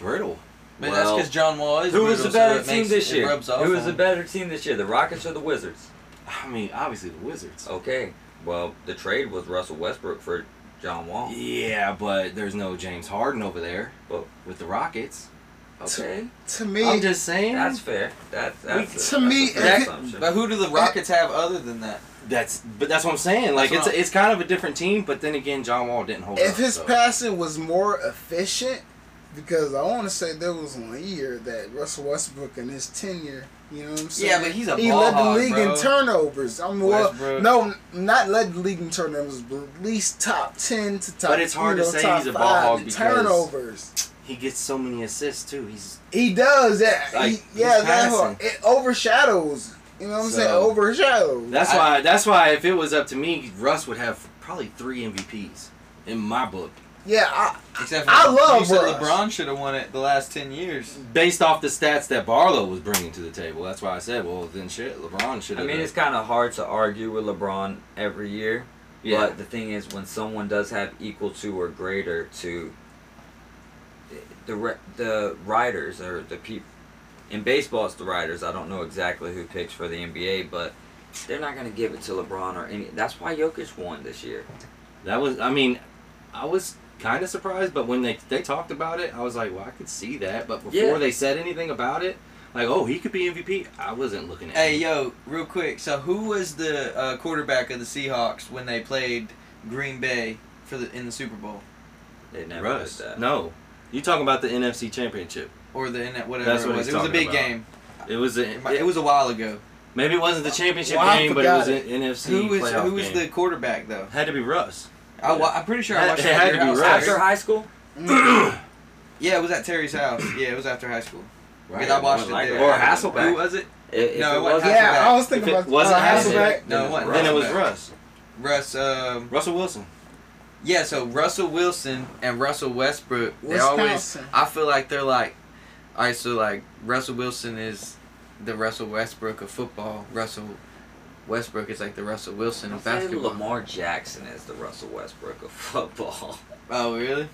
S5: brittle.
S4: But
S3: Well,
S4: that's because John Wall is.
S3: Who was the
S4: brutal,
S3: better
S4: so it
S3: team
S4: makes-
S3: this
S4: it
S3: year?
S4: rubs off
S3: Who was
S4: on
S3: the
S4: him.
S3: better team this year? The Rockets or the Wizards?
S5: I mean, obviously the Wizards.
S3: Okay. Well, the trade was Russell Westbrook for John
S5: Oh.
S3: Wall.
S5: Yeah, but there's no James Harden over there
S3: Well-
S5: with the Rockets.
S3: Okay.
S6: to me,
S5: I'm just saying.
S3: That's fair. That's, that's
S6: To me,
S3: fair
S6: every-
S3: assumption.
S4: But who do the Rockets have other than that?
S5: That's but that's what I'm saying. Like
S4: That's
S5: it's
S4: what
S5: it's kind of a different team, but then again, John Wall didn't hold
S6: if
S5: up.
S6: his
S5: so.
S6: passing was more efficient, because I want to say there was one year that Russell Westbrook in his tenure, you know what I'm saying?
S4: Yeah, but he's a
S6: he
S4: ball
S6: led the
S4: hog,
S6: league
S4: bro.
S6: in turnovers. I'm well,
S4: Westbrook.
S6: no, n- not led the league in turnovers, but at least top ten to top.
S5: But it's hard
S6: you
S5: to
S6: know,
S5: say
S6: top
S5: he's a ball
S6: five
S5: hog
S6: in
S5: because-
S6: turnovers.
S5: he gets so many assists too. He's
S6: He does that.
S5: Like,
S6: he,
S5: he's
S6: yeah, that
S5: passing.
S6: hard. It overshadows. You know what I'm saying?
S5: So-
S6: Overshadows.
S5: that's
S4: I-
S5: why that's why if it was up to me, Russ would have probably three MVPs in my book,
S6: yeah, I,
S4: Except
S6: I
S4: you
S6: love
S4: said
S6: Russ.
S4: LeBron should have won it the last ten years.
S5: based off the stats that Barlow was bringing to the table. That's why I said, well, then shit, LeBron should
S3: I
S5: have.
S3: mean, it's kind of hard to argue with LeBron every year.
S5: yeah.
S3: But the thing is, when someone does have equal to or greater to the ri- the riders or the people in baseball, it's the riders. I don't know exactly who picks for the NBA, but they're not going to give it to LeBron or any. That's why Jokic won this year.
S5: That was, I mean, I was kind of surprised, but when they they talked about it, I was like, well, I could see that. But before
S3: Yeah.
S5: they said anything about it, like, oh, he could be MVP, I wasn't looking at.
S4: Hey,
S5: him.
S4: yo, real quick. So who was the uh, quarterback of the Seahawks when they played Green Bay for the in the Super Bowl
S3: They never
S5: Russ,
S3: did that.
S5: no, you talking about the NFC Championship?
S4: or the in that- whatever
S5: That's
S4: it
S5: what
S4: was?
S5: he's
S4: It was a
S5: talking
S4: big
S5: about.
S4: game.
S5: It was a,
S4: It, it was a while ago.
S5: maybe it wasn't the championship
S6: Well, I
S5: game, but it was
S6: forgot
S5: an NFC
S4: Who was
S5: playoff
S4: who was the
S5: game.
S4: quarterback though?
S5: Had to be Russ.
S4: I, wa- I'm pretty sure
S5: It
S4: I watched
S5: had- it had
S4: at
S5: to
S4: your
S5: be
S4: house.
S5: Russ.
S3: After high school,
S6: mm,
S4: Yeah, it was at Terry's house. Yeah, it was after high school.
S5: Right.
S4: Because I watched
S3: wasn't
S4: it
S3: like
S4: there.
S3: that.
S5: Or Hasselbeck.
S4: Who was it?
S3: i- if
S4: No,
S3: it
S4: it wasn't
S3: wasn't-
S6: yeah,
S4: Hasselbeck.
S6: I was
S5: If
S6: thinking
S5: it
S6: about
S5: wasn't
S6: uh,
S5: Hasselbeck,
S4: No, it wasn't.
S5: then it was
S4: Hasselbeck.
S5: Russ.
S4: Russ. Um,
S5: Russell Wilson.
S4: yeah, so Russell Wilson and Russell Westbrook, they always.
S6: Wisconsin.
S4: I feel like they're like, all right, so like Russell Wilson is the Russell Westbrook of football. Russell Westbrook is like the Russell Wilson
S3: I'd
S4: of
S3: say
S4: basketball.
S3: Lamar Jackson is the Russell Westbrook of football.
S4: Oh, really?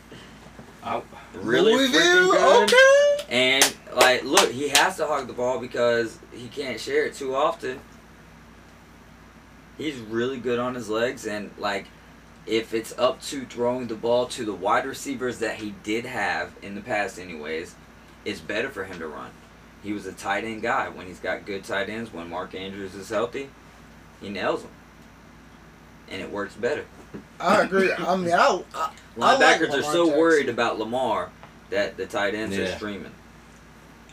S3: Really freaking
S6: Oh, Louisville,
S3: good.
S6: okay.
S3: And like, look, he has to hog the ball because he can't share it too often. He's really good on his legs, and like, if it's up to throwing the ball to the wide receivers that he did have in the past, anyways, it's better for him to run. He was a tight end guy. When he's got good tight ends, when Mark Andrews is healthy, he nails them, and it works better.
S6: I agree. I mean, I, I, I like
S3: Linebackers are
S6: Lamar
S3: so
S6: Jackson.
S3: worried about Lamar that the tight ends are
S5: Yeah.
S3: streaming.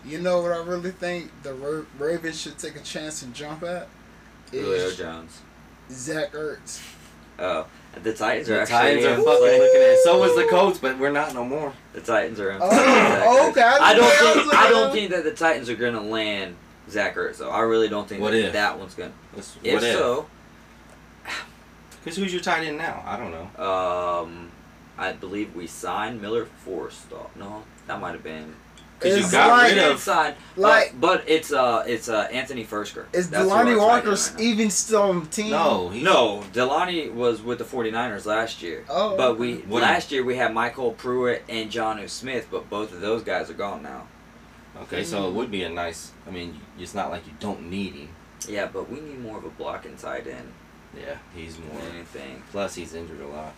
S6: you know what I really think the Ra- Ravens should take a chance and jump at
S3: Julio
S6: is
S3: Jones.
S6: Zach Ertz.
S3: Oh, the Titans are
S5: The
S3: actually
S5: Titans are
S3: in
S5: fucking
S3: play.
S5: looking at. So was the Colts, but we're not no more.
S3: The Titans are in
S6: Oh,
S3: play. Zach Ertz.
S6: okay, I
S3: I don't
S6: didn't know
S3: think
S6: that.
S3: I don't think that the Titans are gonna land Zach Ertz. Though I really don't think
S5: What
S3: that,
S5: if?
S3: that one's gonna.
S5: That's-
S3: If
S5: what
S3: so,
S5: Because who's your tight end now? I don't know.
S3: um, I believe we signed Miller Forrestall. No, that might have been
S5: Because you
S6: It's
S5: got
S6: like-
S5: rid of.
S3: inside,
S6: like-
S3: but, but it's uh it's uh Anthony Fursker.
S6: Is
S3: That's who I'm
S6: Delonte
S3: citing
S6: Walker
S3: right now.
S6: even still on the team?
S5: No, he-
S3: No, Delonte was with the 49ers last year.
S6: Oh.
S3: But we
S5: What-
S3: last year we had Michael Pruitt and Johnu Smith, but both of those guys are gone now.
S5: Okay, so it would be a nice. I mean, it's not like you don't need him.
S3: Yeah, but we need more of a blocking tight end
S5: Yeah, he's more.
S3: than anything.
S5: Plus, he's injured a lot.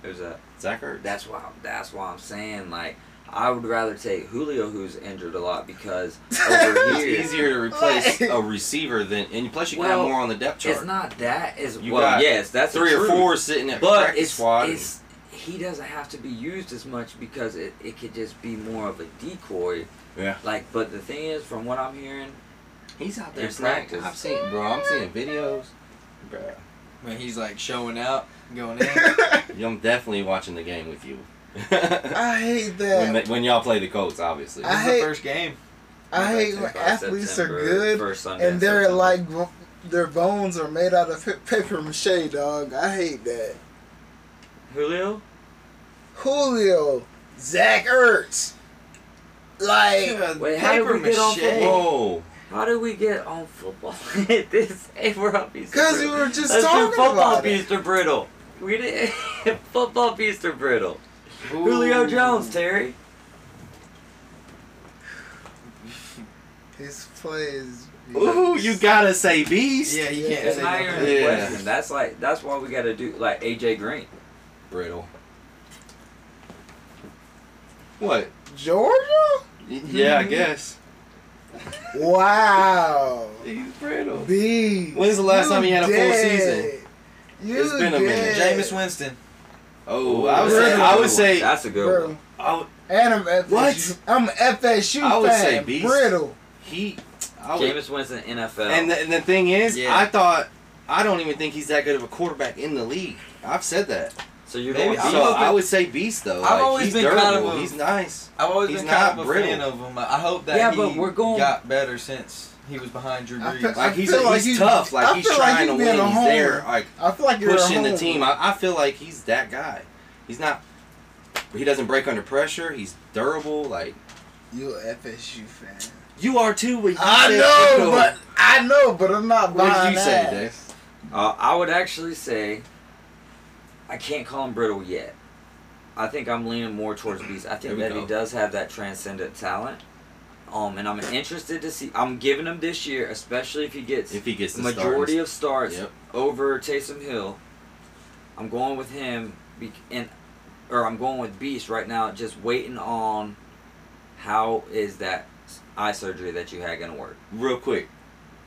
S3: There's a
S5: Zach Ertz.
S3: that's why that's why I'm saying like I would rather take Julio who's injured a lot because over
S5: it's
S3: here
S5: easier to replace
S6: What?
S5: a receiver than, and plus you can
S3: Well,
S5: have more on the depth chart.
S3: it's not that is
S5: You
S3: well
S5: got
S3: yes that's the
S5: Three or
S3: truth.
S5: four sitting at
S3: but
S5: practice
S3: it's,
S5: squad.
S3: it's he doesn't have to be used as much because it, it could just be more of a decoy.
S5: Yeah.
S3: Like, but the thing is, from what I'm hearing,
S5: he's out
S3: in
S5: there snacking.
S3: practice.
S5: I've seen, bro. I'm seeing videos. Bro,
S4: When he's like showing out, going in.
S5: I'm definitely watching the game with you.
S6: I hate
S5: when,
S6: that.
S5: they- when y'all play the Colts, obviously.
S6: I
S4: This is
S6: hate-
S4: the first game.
S6: I hate
S3: By
S6: when athletes are
S3: September,
S6: good
S3: first Sunday in
S6: and they're
S3: September.
S6: like gro- their bones are made out of pa- paper mache, dog. I hate that.
S3: Julio.
S6: Julio, Zach Ertz, like
S3: Wait, how did we get on football?
S5: Whoa.
S3: How did we get on football? at this hey, we're on Beast.
S6: because we were just
S3: Let's do
S6: talking
S3: football
S6: about it.
S3: Beast or brittle. We did football Beast or brittle. Julio
S4: Ooh.
S3: Jones, Terry.
S6: His plays.
S5: Ooh, you gotta say beast.
S4: Yeah, you can't
S6: Yeah,
S3: It's
S4: say
S3: not even
S4: nothing.
S3: a
S5: Yeah.
S3: question. That's like that's why we got to do like AJ Green.
S5: Brittle. What?
S6: Georgia?
S5: Yeah, I guess.
S6: Wow.
S5: He's brittle.
S6: B.
S5: When's the last
S6: you
S5: time he had a full
S6: dead. You
S5: It's been a minute.
S6: dead.
S4: Jameis Winston.
S5: Oh, I would
S6: Brittle.
S5: say. I would say.
S3: that's a good
S6: Bro.
S3: one.
S5: I would,
S6: And I'm FSU.
S5: What?
S6: I'm a FSU
S5: I would
S6: fan.
S5: say beast.
S6: Brittle.
S5: he. I would,
S3: Jameis Winston NFL.
S5: and, the, and the thing is,
S4: Yeah.
S5: I thought. I don't even think he's that good of a quarterback in the league. I've said that.
S3: so you're
S4: Maybe
S3: going
S5: So
S4: I'm
S3: Beast.
S4: hoping-
S5: I would say beast though.
S4: I've
S5: Like,
S4: always
S5: he's
S4: been
S5: durable.
S4: kind of a-
S5: He's nice.
S4: I've always
S5: He's
S4: been kind
S5: not
S4: of a
S5: brittle.
S4: fan of him. I hope that
S3: Yeah,
S4: he
S3: but we're going-
S4: got better since he was behind Drew
S6: I
S4: Brees.
S6: feel-
S5: Like he's,
S6: feel like
S5: he's
S6: you-
S5: tough. Like
S6: I
S5: he's
S6: feel like
S5: trying
S6: you
S5: to
S6: being
S5: win.
S6: a
S5: He's there.
S6: homer.
S5: Like
S6: I feel like you're
S5: pushing
S6: a
S5: the
S6: homer.
S5: team. I, I feel like he's that guy. He's not. He doesn't break under pressure. He's durable. Like
S6: You a FSU fan?
S5: you are too. But you
S6: I
S5: said
S6: know,
S5: Echo.
S6: but I know, but I'm not
S5: what did
S6: buying
S5: you say,
S6: that.
S5: Dex?
S3: Uh, I would actually say I can't call him brittle yet. I think I'm leaning more towards Beast. I
S5: There
S3: think
S5: we
S3: that he
S5: go.
S3: does have that transcendent talent. Um, and I'm interested to see. I'm giving him this year, especially if he gets
S5: If he gets the
S3: majority
S5: majority
S3: of starts
S5: Yep.
S3: over Taysom Hill. I'm going with him, be- and or I'm going with Beast right now. Just waiting on how is that eye surgery that you had gonna work?
S5: real quick,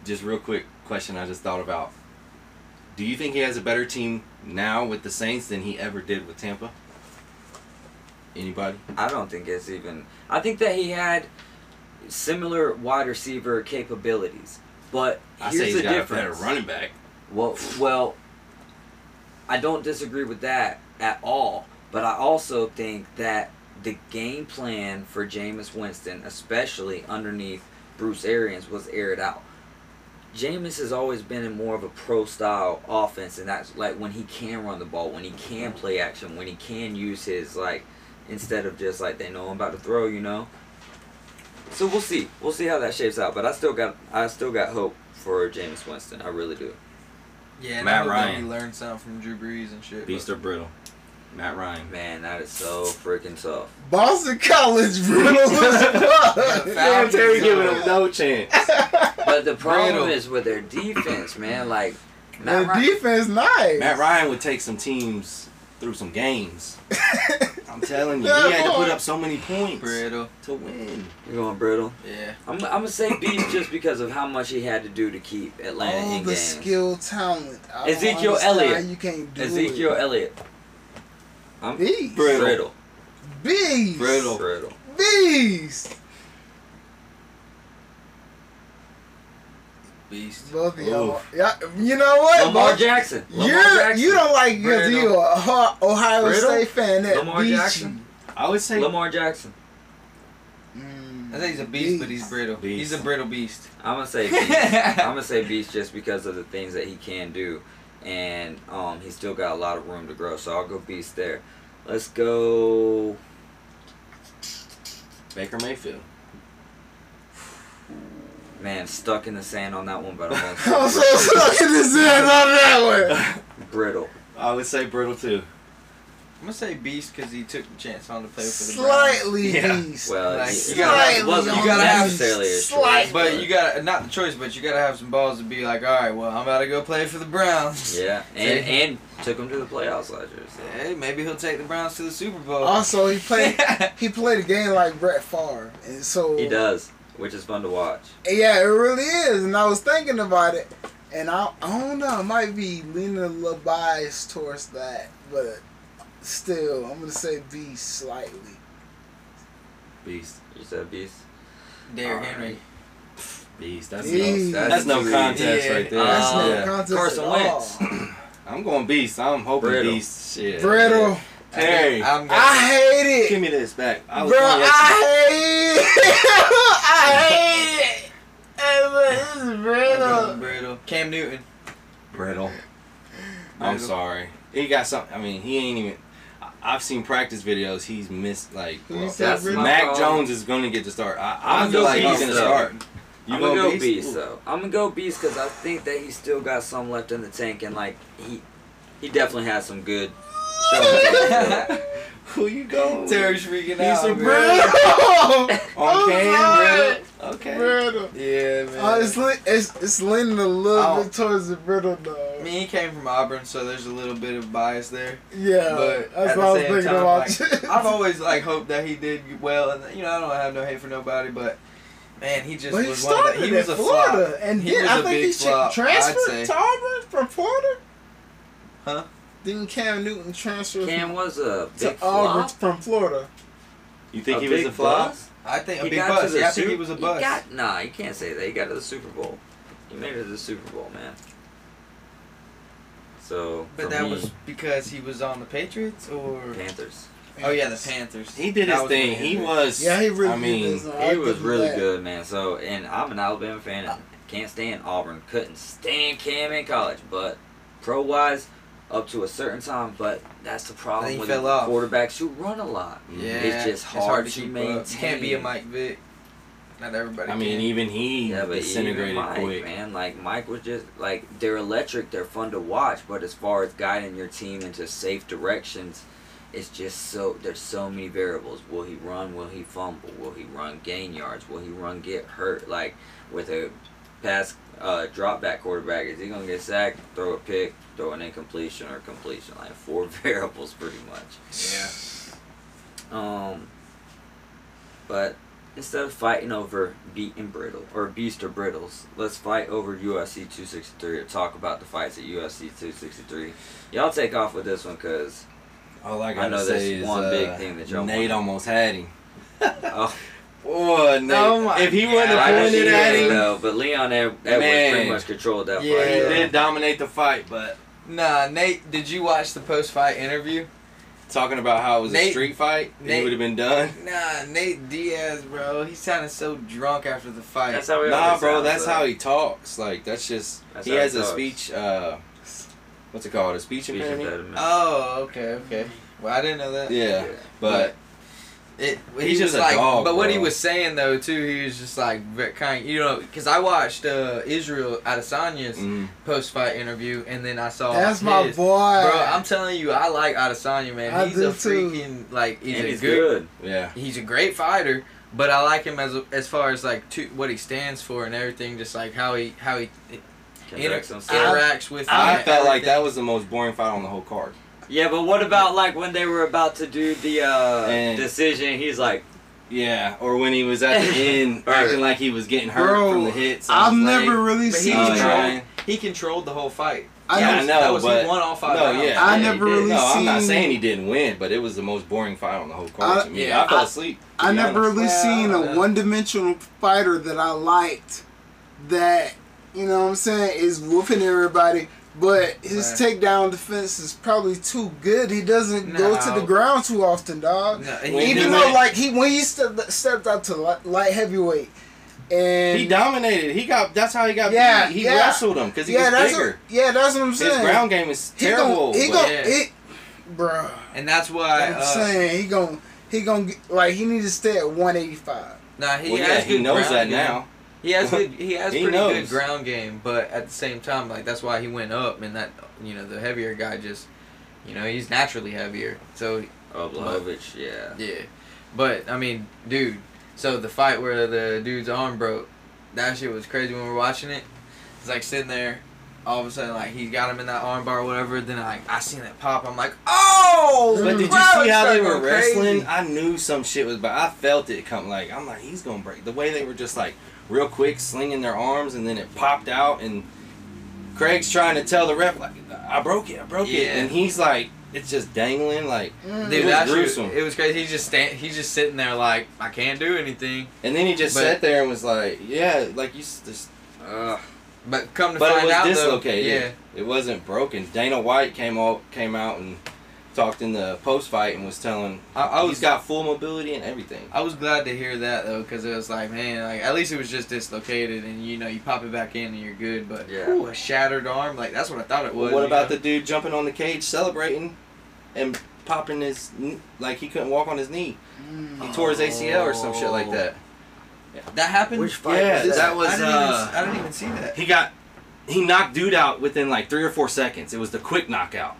S5: just real quick question I just thought about. Do you think he has a better team now with the Saints than he ever did with Tampa? Anybody?
S3: I don't think it's even. I think that he had similar wide receiver capabilities, but
S5: I
S3: here's
S5: say he's
S3: the
S5: got a better
S3: difference.
S5: running back.
S3: Well, well, I don't disagree with that at all. But I also think that the game plan for Jameis Winston, especially underneath Bruce Arians, was aired out. Jameis has always been in more of a pro style offense, and that's like when he can run the ball, when he can play action, when he can use his like instead of just like they know I'm about to throw, you know. So we'll see, we'll see how that shapes out. But I still got, I still got hope for Jameis Winston. I really do.
S4: yeah, and I
S5: Matt
S4: hope that
S5: Ryan.
S4: He learned something from Drew Brees and shit.
S5: Beast
S4: but-
S5: or brittle? Matt Ryan.
S3: Man, that is so freaking tough.
S6: Boston College brutal as fuck.
S5: Damn, Terry
S4: Falcons,
S5: giving
S4: uh,
S5: him no chance.
S3: But the problem
S4: Brittle.
S3: is with their defense, man. Like,
S6: The
S3: Matt Ryan,
S6: defense, nice.
S5: Matt Ryan would take some teams through some games. I'm telling you, he had to put up so many points
S4: Brittle.
S5: to win.
S3: you're going brittle.
S4: Yeah.
S3: I'm, I'm gonna say beef just because of how much he had to do to keep Atlanta
S6: All
S3: in
S6: the
S3: games.
S6: skill, talent. I don't
S3: Ezekiel
S6: understand
S3: Elliott.
S6: how You can't do
S3: Ezekiel Elliott. I'm
S6: It. Beast.
S5: Brittle.
S3: brittle.
S6: Beast.
S5: Brittle.
S3: Brittle.
S6: Beast.
S4: Beast.
S6: Both of y'all.
S5: Oof.
S6: Yeah, you know what?
S3: Lamar
S6: Both-
S3: Jackson. Lamar
S6: You're,
S3: Jackson.
S6: you don't like because
S4: Brittle.
S6: you a Ohio, uh, Ohio
S3: Brittle?
S6: State fan. That
S3: Lamar
S6: beat you.
S3: Jackson.
S5: I would say
S3: Lamar Jackson.
S6: Mm,
S4: I think he's a beast, but he's brittle.
S5: Beast.
S4: He's a brittle beast.
S3: I'm gonna say beast. I'm gonna say beast just because of the things that he can do, and um, he's still got a lot of room to grow. So I'll go beast there. Let's go.
S5: Baker Mayfield.
S3: Man, stuck in the sand on that one, but I'm
S6: I'm
S3: also
S6: so stuck in this end on that one.
S3: brittle.
S5: I would say brittle too.
S4: I'm gonna say Beast because he took the chance on the play for the Browns.
S6: Slightly
S5: Yeah.
S6: beast.
S3: Well,
S4: Like,
S3: it
S4: you gotta-
S3: it wasn't
S4: you gotta have
S3: necessarily a
S6: slight-
S3: choice,
S4: But you got not the choice, but you gotta have some balls to be like, all right, well, I'm about to go play for the Browns.
S3: yeah, and and took him to the playoffs last year. So.
S4: Hey, maybe he'll take the Browns to the Super Bowl.
S6: Also, he played he played a game like Brett Favre, and so
S3: He does, which is fun to watch.
S6: yeah, it really is. And I was thinking about it, and I, I don't know, I might be leaning a little biased towards that, but still, I'm gonna say B slightly.
S5: Beast.
S3: You said beast.
S4: Derrick Henry.
S5: Beast. That's
S6: Beast.
S5: no, that's no
S3: Beast.
S5: contest
S4: Yeah.
S5: right there.
S3: Uh,
S6: That's no
S5: yeah.
S6: contest
S4: Carson
S6: at
S4: Wentz.
S6: all.
S5: I'm going beast. I'm hoping
S3: Brittle.
S5: beast. Shit.
S6: Brittle,
S5: Hey.
S4: I'm gonna,
S6: I hate it.
S5: Give me this back. I was
S6: Bro,
S5: going with you.
S6: I hate it. I hate it. Hey, but it's
S4: I'm going
S6: brittle.
S4: Brittle. Cam Newton.
S5: brittle. I'm
S4: Brittle.
S5: sorry. He got something. I mean, he ain't even. I- I've seen practice videos. He's missed like.
S6: Who you
S5: well,
S6: said
S3: that's
S6: brittle?
S3: my-
S5: Mac
S3: problem.
S5: Jones is going to get the start. I, I
S3: I'm
S5: feel
S3: gonna
S5: like he's
S3: beast,
S5: going to
S3: though.
S5: start.
S3: I'm gonna go beast,
S5: Ooh.
S3: though. I'm gonna go beast because I think that he still got some left in the tank, and like he, he definitely has some good.
S5: Who you going? with?
S4: Terry's freaking
S5: He's
S4: out.
S5: a
S4: man.
S6: Brittle. I'm
S5: On
S6: sorry.
S5: cam, brittle. Okay.
S6: Brittle.
S4: Yeah, man.
S6: Uh, it's, le- it's it's leaning a little
S4: Oh.
S6: bit towards the brittle though.
S4: I mean, he came from Auburn, so there's a little bit of bias there.
S6: yeah,
S4: but
S6: that's
S4: at
S6: what I
S4: the
S6: was
S4: same
S6: thinking
S4: time,
S6: about.
S4: like, I've always like hoped that he did well, and you know I don't have no hate for nobody, but man, he just
S6: but he
S4: was one of
S6: started
S4: the, he
S6: in
S4: was a
S6: Florida,
S4: flop.
S6: and
S4: He
S6: then
S4: was
S6: I
S4: a
S6: think
S4: big
S6: he should
S4: flop,
S6: transfer
S4: I'd say.
S6: to Auburn from Florida.
S4: Huh?
S6: Didn't Cam Newton transfer
S3: Cam was a
S6: to
S3: big
S6: Auburn
S3: flop.
S6: from Florida?
S5: You think
S3: a
S5: he was
S3: big
S5: a flop?
S3: bust.
S4: I think a
S3: He
S4: big
S3: got to
S4: bust.
S3: the
S4: Yeah, I think
S3: Sup-
S4: he was a bust.
S3: got, nah, you can't say that. He got to the Super Bowl. He made it to the Super Bowl, man. So, for
S4: but that
S3: me,
S4: was because he was on the Patriots, or
S3: Panthers.
S4: oh yeah, the Panthers.
S5: He did
S4: That
S5: his
S4: was
S5: thing.
S4: when
S5: He
S4: did.
S5: was.
S6: Yeah, he really
S5: I mean,
S6: did.
S3: He was really good, man. So, and I'm an Alabama fan and can't stand Auburn. Couldn't stand Cam in college, but pro wise, up to a certain time. But that's the problem
S4: he
S3: with
S4: fell off.
S3: quarterbacks who run a lot.
S4: Yeah,
S3: It's just hard
S4: to
S3: to
S4: keep Up. You
S3: maintain.
S4: can't be a Mike Vick. Not everybody.
S5: I mean,
S4: can.
S5: even he
S3: Yeah, but
S5: disintegrated
S3: even Mike,
S5: quick.
S3: man. Like Mike was just like they're electric. They're fun to watch, but as far as guiding your team into safe directions, it's just so there's so many variables. Will he run? Will he fumble? Will he run gain yards? Will he run get hurt? Like with a pass uh, drop back quarterback, is he gonna get sacked? Throw a pick? Throw an incompletion or completion? Like four variables, pretty much.
S4: yeah.
S3: Um, but instead of fighting over beat and brittle or beast or brittles, let's fight over USC 263 or talk about the fights at USC 263. Y'all take off with this one because
S5: All I
S3: I
S5: gotta
S3: know there's
S5: say is
S3: one
S5: uh,
S3: big thing that y'all
S5: Nate
S3: wanted.
S5: almost had him.
S3: oh,
S5: Boy, Nate!
S4: Oh my
S5: if he wouldn't
S4: God.
S5: have
S3: I
S5: pointed
S4: Yeah.
S5: at
S3: didn't
S5: him,
S3: know, but Leon Ed- Edwards
S5: Man.
S3: pretty much controlled that
S4: Yeah.
S3: fight.
S5: he
S4: Yeah.
S5: did dominate the fight. But
S4: Nah, Nate, did you watch the post-fight interview?
S5: talking about how it was a
S4: Nate-
S5: street fight, he
S4: Nate-
S5: would have been done.
S4: Nah, Nate Diaz, bro. He sounded so drunk after the fight.
S3: That's how we
S5: Nah,
S3: always
S5: bro,
S3: sound,
S5: that's
S3: so-
S5: how he talks. Like that's just
S3: That's
S5: he
S3: how he
S5: has a
S3: talks.
S5: speech. uh What's it called? A speech
S3: Speech
S5: impediment.
S3: impediment.
S4: oh, okay, okay. Well, I didn't know that.
S5: Yeah, but
S4: It,
S5: He
S4: he,
S5: was
S4: just
S5: a
S4: like,
S5: dog,
S4: but what
S5: bro.
S4: he was saying though too, he was just like very kind, you know, because I watched uh, Israel Adesanya's
S5: mm,
S4: post-fight interview, and then I saw
S6: That's my
S4: Oh, his.
S6: boy.
S4: Bro, I'm telling you, I like Adesanya, man.
S6: I
S4: he's
S6: do
S4: a
S6: too.
S4: freaking like he's
S3: and
S4: a
S3: he's
S4: good,
S3: good.
S5: yeah,
S4: he's a great fighter, but I like him as as far as like to, what he stands for and everything, just like how he how he
S3: Conducts
S4: inter-
S3: himself.
S4: interacts with.
S5: I
S4: him,
S5: felt like that
S4: everything.
S5: was the most boring fight on the whole card.
S3: Yeah, but what about like when they were about to do the uh,
S5: And-
S3: decision? He's like,
S5: Yeah, or when he was at the end
S3: Right.
S5: acting like he was getting hurt
S6: Bro,
S5: from the hits. on
S6: I've
S5: his
S6: never
S5: leg.
S6: really
S4: But
S6: seen.
S4: he's
S5: Oh,
S4: controlled.
S5: yeah.
S4: He controlled the whole fight.
S6: I
S5: Yeah,
S4: That
S5: I
S4: was-
S5: know,
S4: that was
S5: but-
S4: he won all five.
S5: no,
S4: rounds.
S5: yeah.
S6: I
S3: Yeah,
S6: never
S3: he did.
S6: really
S5: No, I'm
S6: seen.
S5: not saying he didn't win, but it was the most boring fight on the whole card
S6: I-
S5: to me.
S4: yeah,
S5: I fell
S4: I-
S5: asleep. to
S6: I
S5: be
S6: never
S5: honest.
S6: really
S4: Yeah, I
S6: seen
S4: don't
S6: a
S4: know.
S6: one-dimensional fighter that I liked. That you know what I'm saying is whooping everybody, but his takedown defense is probably too good. He doesn't go to the
S4: No.
S6: ground too often, dog.
S4: No, he
S5: When do
S6: Even
S4: didn't-
S6: though,
S5: it.
S6: like he when he stepped, stepped up to light, light heavyweight, and
S5: He dominated. He got. That's how he got.
S6: Yeah,
S5: beat. he
S6: yeah.
S5: wrestled him because he
S6: yeah,
S5: was
S6: that's what,
S5: bigger.
S6: yeah, that's what I'm
S5: His
S6: saying.
S5: ground game is
S6: he
S5: terrible.
S6: gon' he
S5: but-
S6: gon'
S4: yeah.
S6: it, bro.
S4: and that's why.
S6: I'm
S4: Uh,
S6: saying he gon' he gon' get, like he need to stay at 185.
S4: nah, he
S5: well, yeah,
S4: has
S5: he
S4: good
S5: knows
S4: ground
S5: that
S4: game.
S5: now.
S4: He has good, he has
S5: He
S4: pretty good
S5: knows.
S4: ground game, but at the same time, like that's why he went up, and that you know the heavier guy just, you know, he's naturally heavier. So
S3: Oblovich, yeah.
S4: yeah, but I mean, dude. So the fight where the dude's arm broke, that shit was crazy when we were watching it. It's like sitting there, all of a sudden like he got him in that arm bar or whatever. Then like I seen that pop, I'm like, oh!
S5: But did you
S4: bro,
S5: see
S4: it
S5: how they
S4: started
S5: were
S4: going crazy.
S5: wrestling? I knew some shit was, but I felt it come. Like I'm like, he's gonna break. The way they were just like real quick slinging their arms, and then it popped out, and Craig's trying to tell the ref like, I broke it, I broke it,
S4: Yeah. Mm.
S5: and he's like, it's just dangling. Like,
S4: Dude,
S5: It was
S4: that shit-
S5: gruesome.
S4: it was crazy. He's just stand, he's just sitting there like I can't do anything.
S5: and then he just
S4: But-
S5: sat there and was like, yeah, like you s- just.
S3: Ugh.
S4: But come to
S5: But it
S4: find
S5: was
S4: out,
S5: dislocated.
S4: Though, yeah,
S5: It wasn't broken. Dana White came out came out and talked in the post fight and was telling
S4: I, I
S5: he's
S4: was
S5: got full mobility and everything.
S4: I was glad to hear that though, because it was like, man, like at least it was just dislocated, and you know you pop it back in and you're good. But
S3: Yeah.
S4: whew, a shattered arm, like that's what I thought it was.
S5: what
S4: you
S5: about
S4: know?
S5: the dude jumping on the cage celebrating and popping his kn- like he couldn't walk on his knee. He tore his ACL or some shit like that.
S4: that happened?
S3: Which fight
S5: Yeah,
S3: was
S5: that
S3: that?
S5: was-
S4: I didn't,
S5: uh,
S4: even, I didn't even see that.
S5: He got he knocked dude out within like 3 or 4 seconds. It was the quick knockout.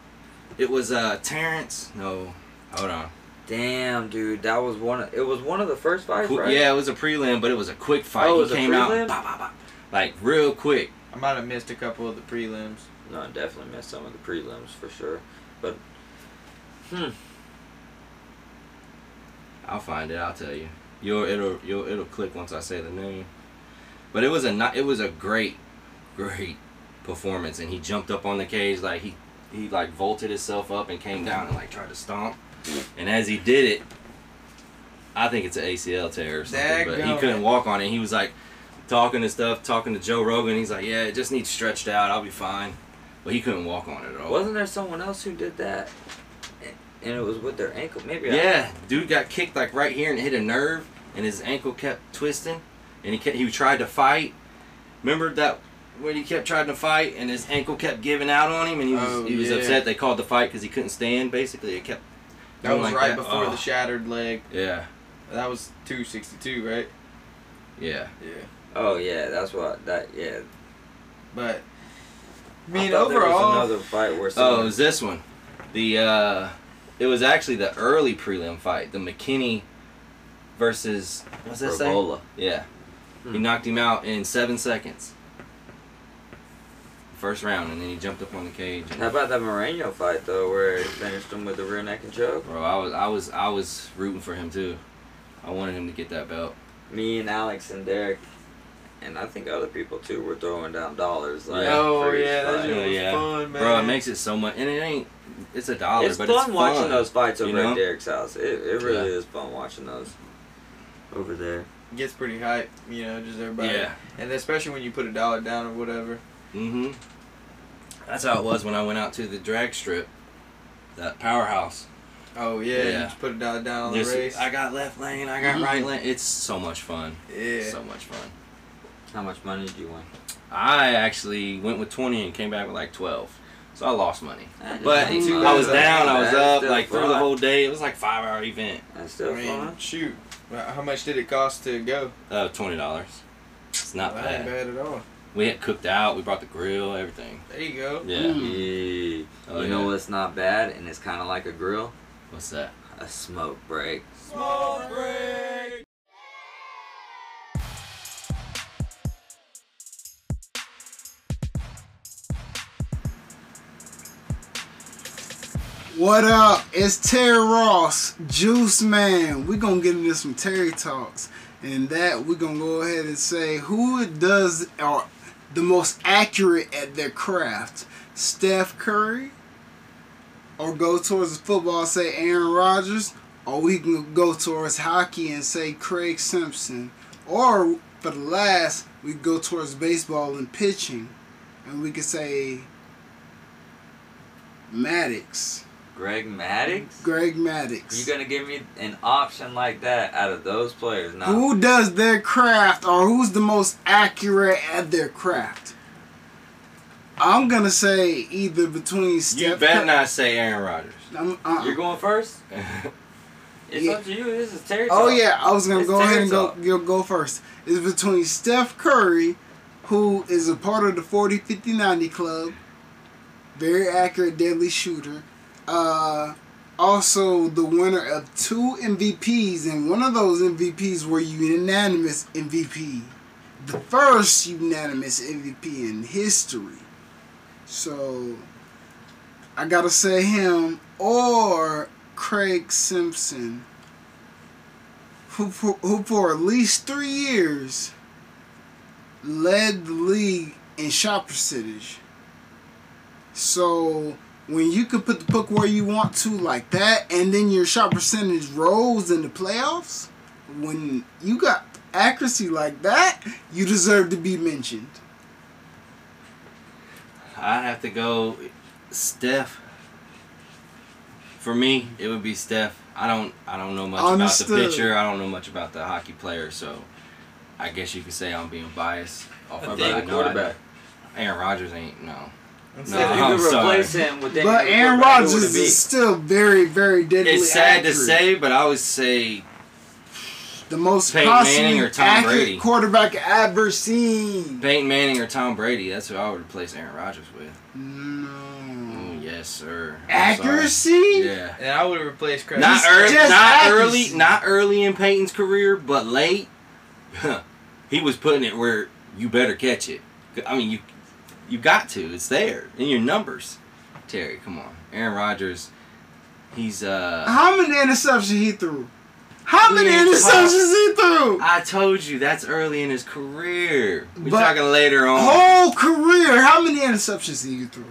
S5: It was uh Terrence. No. Hold on.
S3: Damn, dude, that was one. Of, it was one of the first fights,
S5: Qu-
S3: right?
S5: Yeah, it was a prelim, but it was a quick fight.
S3: Oh, it
S5: he
S3: was a
S5: came out
S3: prelim?
S5: bah, bah, bah, like real quick.
S4: I might have missed a couple of the prelims.
S3: No, I definitely missed some of the prelims for sure. But hmm,
S5: I'll find it. I'll tell you. You'll it'll you'll it'll click once I say the name. But it was a not, it was a great, great performance, and he jumped up on the cage like he he like vaulted himself up and came down and like tried to stomp, and as he did it, I think it's an ACL tear or something. but he
S4: Daggone.
S5: couldn't walk on it. He was like talking to stuff, talking to Joe Rogan. He's like, yeah, it just needs stretched out. I'll be fine. But he couldn't walk on it at all.
S3: wasn't there someone else who did that? And- And it was with their ankle, maybe. I-
S5: Yeah, dude got kicked like right here and hit a nerve, and his ankle kept twisting, and he kept, he tried to fight. Remember that when he kept trying to fight, and his ankle kept giving out on him, and he was,
S4: Oh,
S5: he was
S4: yeah.
S5: upset. They called the fight because he couldn't stand. Basically, it kept.
S4: That
S5: doing
S4: was
S5: like
S4: right
S5: that.
S4: before
S5: Oh,
S4: the shattered leg.
S5: Yeah,
S4: That was two sixty two, right?
S5: yeah.
S4: Yeah.
S3: Oh yeah, that's what that. Yeah.
S4: But I mean,
S3: thought there was
S4: overall,
S3: another fight where
S5: Oh, it
S3: someone.
S5: was this one. The uh, it was actually the early prelim fight, the McKinney versus what's that say?
S3: Robola.
S5: Yeah, he
S3: Hmm.
S5: knocked him out in seven seconds. First round, and then he jumped up on the cage. and-
S3: How about that Moreno fight though, where he finished him with a rear neck and choke?
S5: Bro, I was I was I was rooting for him too. I wanted him to get that belt.
S3: Me and Alex and Derek, and I think other people too, were throwing down dollars. Like,
S5: Yeah.
S4: oh
S3: for each
S4: yeah, that
S3: fight.
S4: shit was
S5: Yeah.
S4: fun, man.
S5: Bro, it makes it so much and it ain't it's a dollar,
S3: it's
S5: but
S3: fun
S5: it's fun
S3: watching those fights over
S5: you know?
S3: at Derek's house. It, it really
S5: Yeah.
S3: is fun watching those over there.
S4: gets pretty hype, you know, just everybody.
S5: Yeah.
S4: And especially when you put a dollar down or whatever.
S5: Mm-hmm. That's how it was when I went out to the drag strip. That powerhouse.
S4: Oh yeah, you
S5: Yeah.
S4: just put a dollar down on
S5: There's-
S4: the race.
S5: I got left lane, I got
S3: Mhm.
S5: right lane. It's so much fun.
S4: yeah.
S5: So much fun.
S3: How much money did you win?
S5: I actually went with twenty and came back with like twelve. So I lost money.
S3: That
S5: But
S3: is
S4: too,
S3: fun.
S5: I was down, I was
S3: That's
S5: up,
S3: still
S5: like through the
S3: fun.
S5: whole day. It was like five hour event.
S3: That's
S4: I
S3: still
S4: mean,
S3: fun.
S4: shoot. Well, How much did it cost to go?
S5: Uh twenty dollars. It's not
S4: Well, that
S5: bad.
S4: ain't bad at all.
S5: We had cooked out. We brought the grill, everything.
S4: There you go.
S5: Yeah.
S6: Mm.
S3: Yeah.
S5: Oh,
S3: you
S5: yeah.
S3: know what's not bad, and it's kind of like a grill?
S5: What's that?
S3: A smoke break.
S6: What up? It's Terry Ross, Juice Man. We're gonna get into some Terry Talks. And that we're gonna go ahead and say who does are the most accurate at their craft? Steph Curry? Or go towards the football and say Aaron Rodgers? Or we can go towards hockey and say Craig Simpson. Or for the last, we go towards baseball and pitching. And we could say Maddox.
S3: Greg Maddox?
S6: Greg
S3: You
S6: Maddox.
S3: gonna give me an option like that out of those players? No.
S6: Who does their craft or who's the most accurate at their craft? I'm gonna say either between Steph
S5: You better
S6: Cur-
S5: not say Aaron Rodgers.
S6: I'm, uh,
S3: You're going first? It's
S6: Yeah.
S3: up to you. This is territory.
S6: Oh yeah, I was gonna
S3: It's
S6: go ahead and go
S3: territory.
S6: go, go first. It's between Steph Curry, who is a part of the 40 50 90 club, very accurate deadly shooter. Uh, also the winner of two MVPs, and one of those MVPs were unanimous MVP. The first unanimous MVP in history. So I gotta say him or Craig Simpson who for, who for at least three years led the league in shot percentage. So when you could put the puck where you want to like that, and then your shot percentage rose in the playoffs, when you got accuracy like that, you deserve to be mentioned.
S5: I'd have to go Steph. For me, it would be Steph. I don't I don't know much about the
S6: Understood.
S5: pitcher. I don't know much about the hockey player, so I guess you could say I'm being biased off
S3: But
S5: of
S3: they
S5: I
S3: the
S5: know I- Aaron Rodgers ain't no.
S3: So
S5: No,
S3: if you
S5: I'm
S3: could replace
S5: sorry.
S3: him with that,
S6: But
S3: you could
S6: Aaron
S3: put back who
S6: Rodgers
S3: would it be?
S6: is still very, very deadly.
S5: It's sad to
S6: accurate.
S5: say, but I would say
S6: the most
S5: Peyton
S6: possibly
S5: Manning or Tom
S6: accurate
S5: Brady.
S6: quarterback I've ever seen.
S5: Peyton Manning or Tom Brady. That's who I would replace Aaron Rodgers with.
S6: No.
S5: Oh yes, sir. I'm sorry.
S6: Mm. Accuracy?
S5: Yeah.
S4: And I would have replaced Craig.
S5: Not,
S6: He's
S5: early,
S6: just
S5: not
S6: accuracy.
S5: early, not early in Peyton's career, but late. he was putting it where you better catch it. I mean, you you got to. It's there in your numbers. Terry, come on. Aaron Rodgers, he's uh.
S6: How many interceptions he threw? How many
S5: Yeah,
S6: interceptions he threw?
S5: I told you that's early in his career. We're
S6: But-
S5: talking later on.
S6: Whole career, how many interceptions he threw?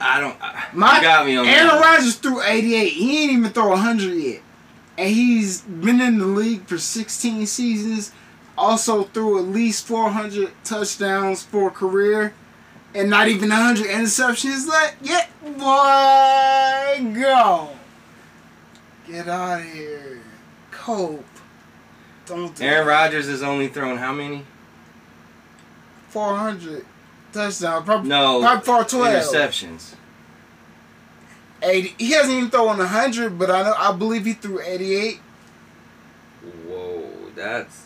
S5: I don't. I,
S6: Uh, My-
S5: you got me on that
S6: Aaron
S5: one.
S6: Rodgers threw 88. He ain't even throw 100 yet. And he's been in the league for 16 seasons. Also threw at least 400 touchdowns for a career. And not even 100 interceptions left yet. Boy, go. Get out of here. Cope. Don't do
S5: Aaron
S6: that.
S5: Rodgers has only thrown how many?
S6: 400 touchdown. Probably,
S5: No.
S6: probably 412.
S5: Interceptions.
S6: 80. He hasn't even thrown 100, but I know I believe he threw 88.
S3: Whoa, that's.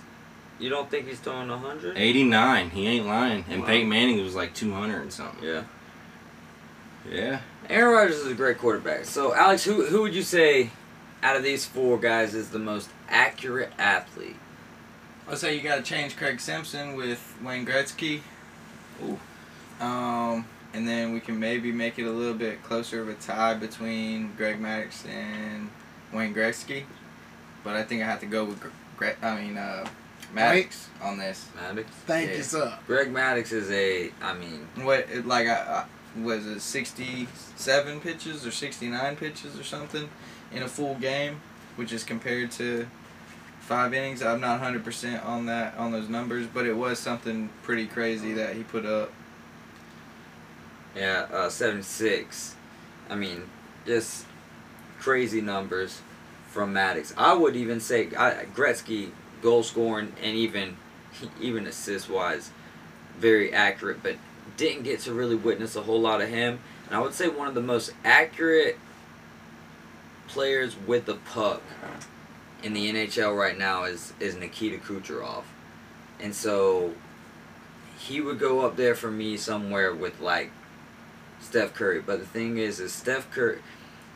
S3: You don't think he's throwing a hundred?
S5: 89. He ain't lying. And
S3: Wow.
S5: Peyton Manning was like 200 and something.
S3: Yeah.
S5: Yeah.
S3: Aaron Rodgers is a great quarterback. So, Alex, who who would you say out of these four guys is the most accurate athlete?
S4: I say you got to change Craig Simpson with Wayne Gretzky.
S5: Ooh.
S4: Um, and then we can maybe make it a little bit closer of a tie between Greg Maddox and Wayne Gretzky. But I think I have to go with Gre- Gre- I mean uh, Maddox on this.
S3: Maddox.
S6: Thank
S4: Yeah.
S6: you, sir.
S3: Greg Maddox is a. I mean,
S4: What it- like I, I was it 67 pitches or 69 pitches or something in a full game, which is compared to five innings. I'm not 100% on that on those numbers, but it was something pretty crazy that he put up.
S3: yeah, uh, seven six. I mean, just crazy numbers from Maddox. I would even say I, Gretzky goal scoring and even even assist wise, very accurate. But didn't get to really witness a whole lot of him. And I would say one of the most accurate players with the puck in the NHL right now is is Nikita Kucherov, and so he would go up there for me somewhere with like Steph Curry. But the thing is, is Steph Curry.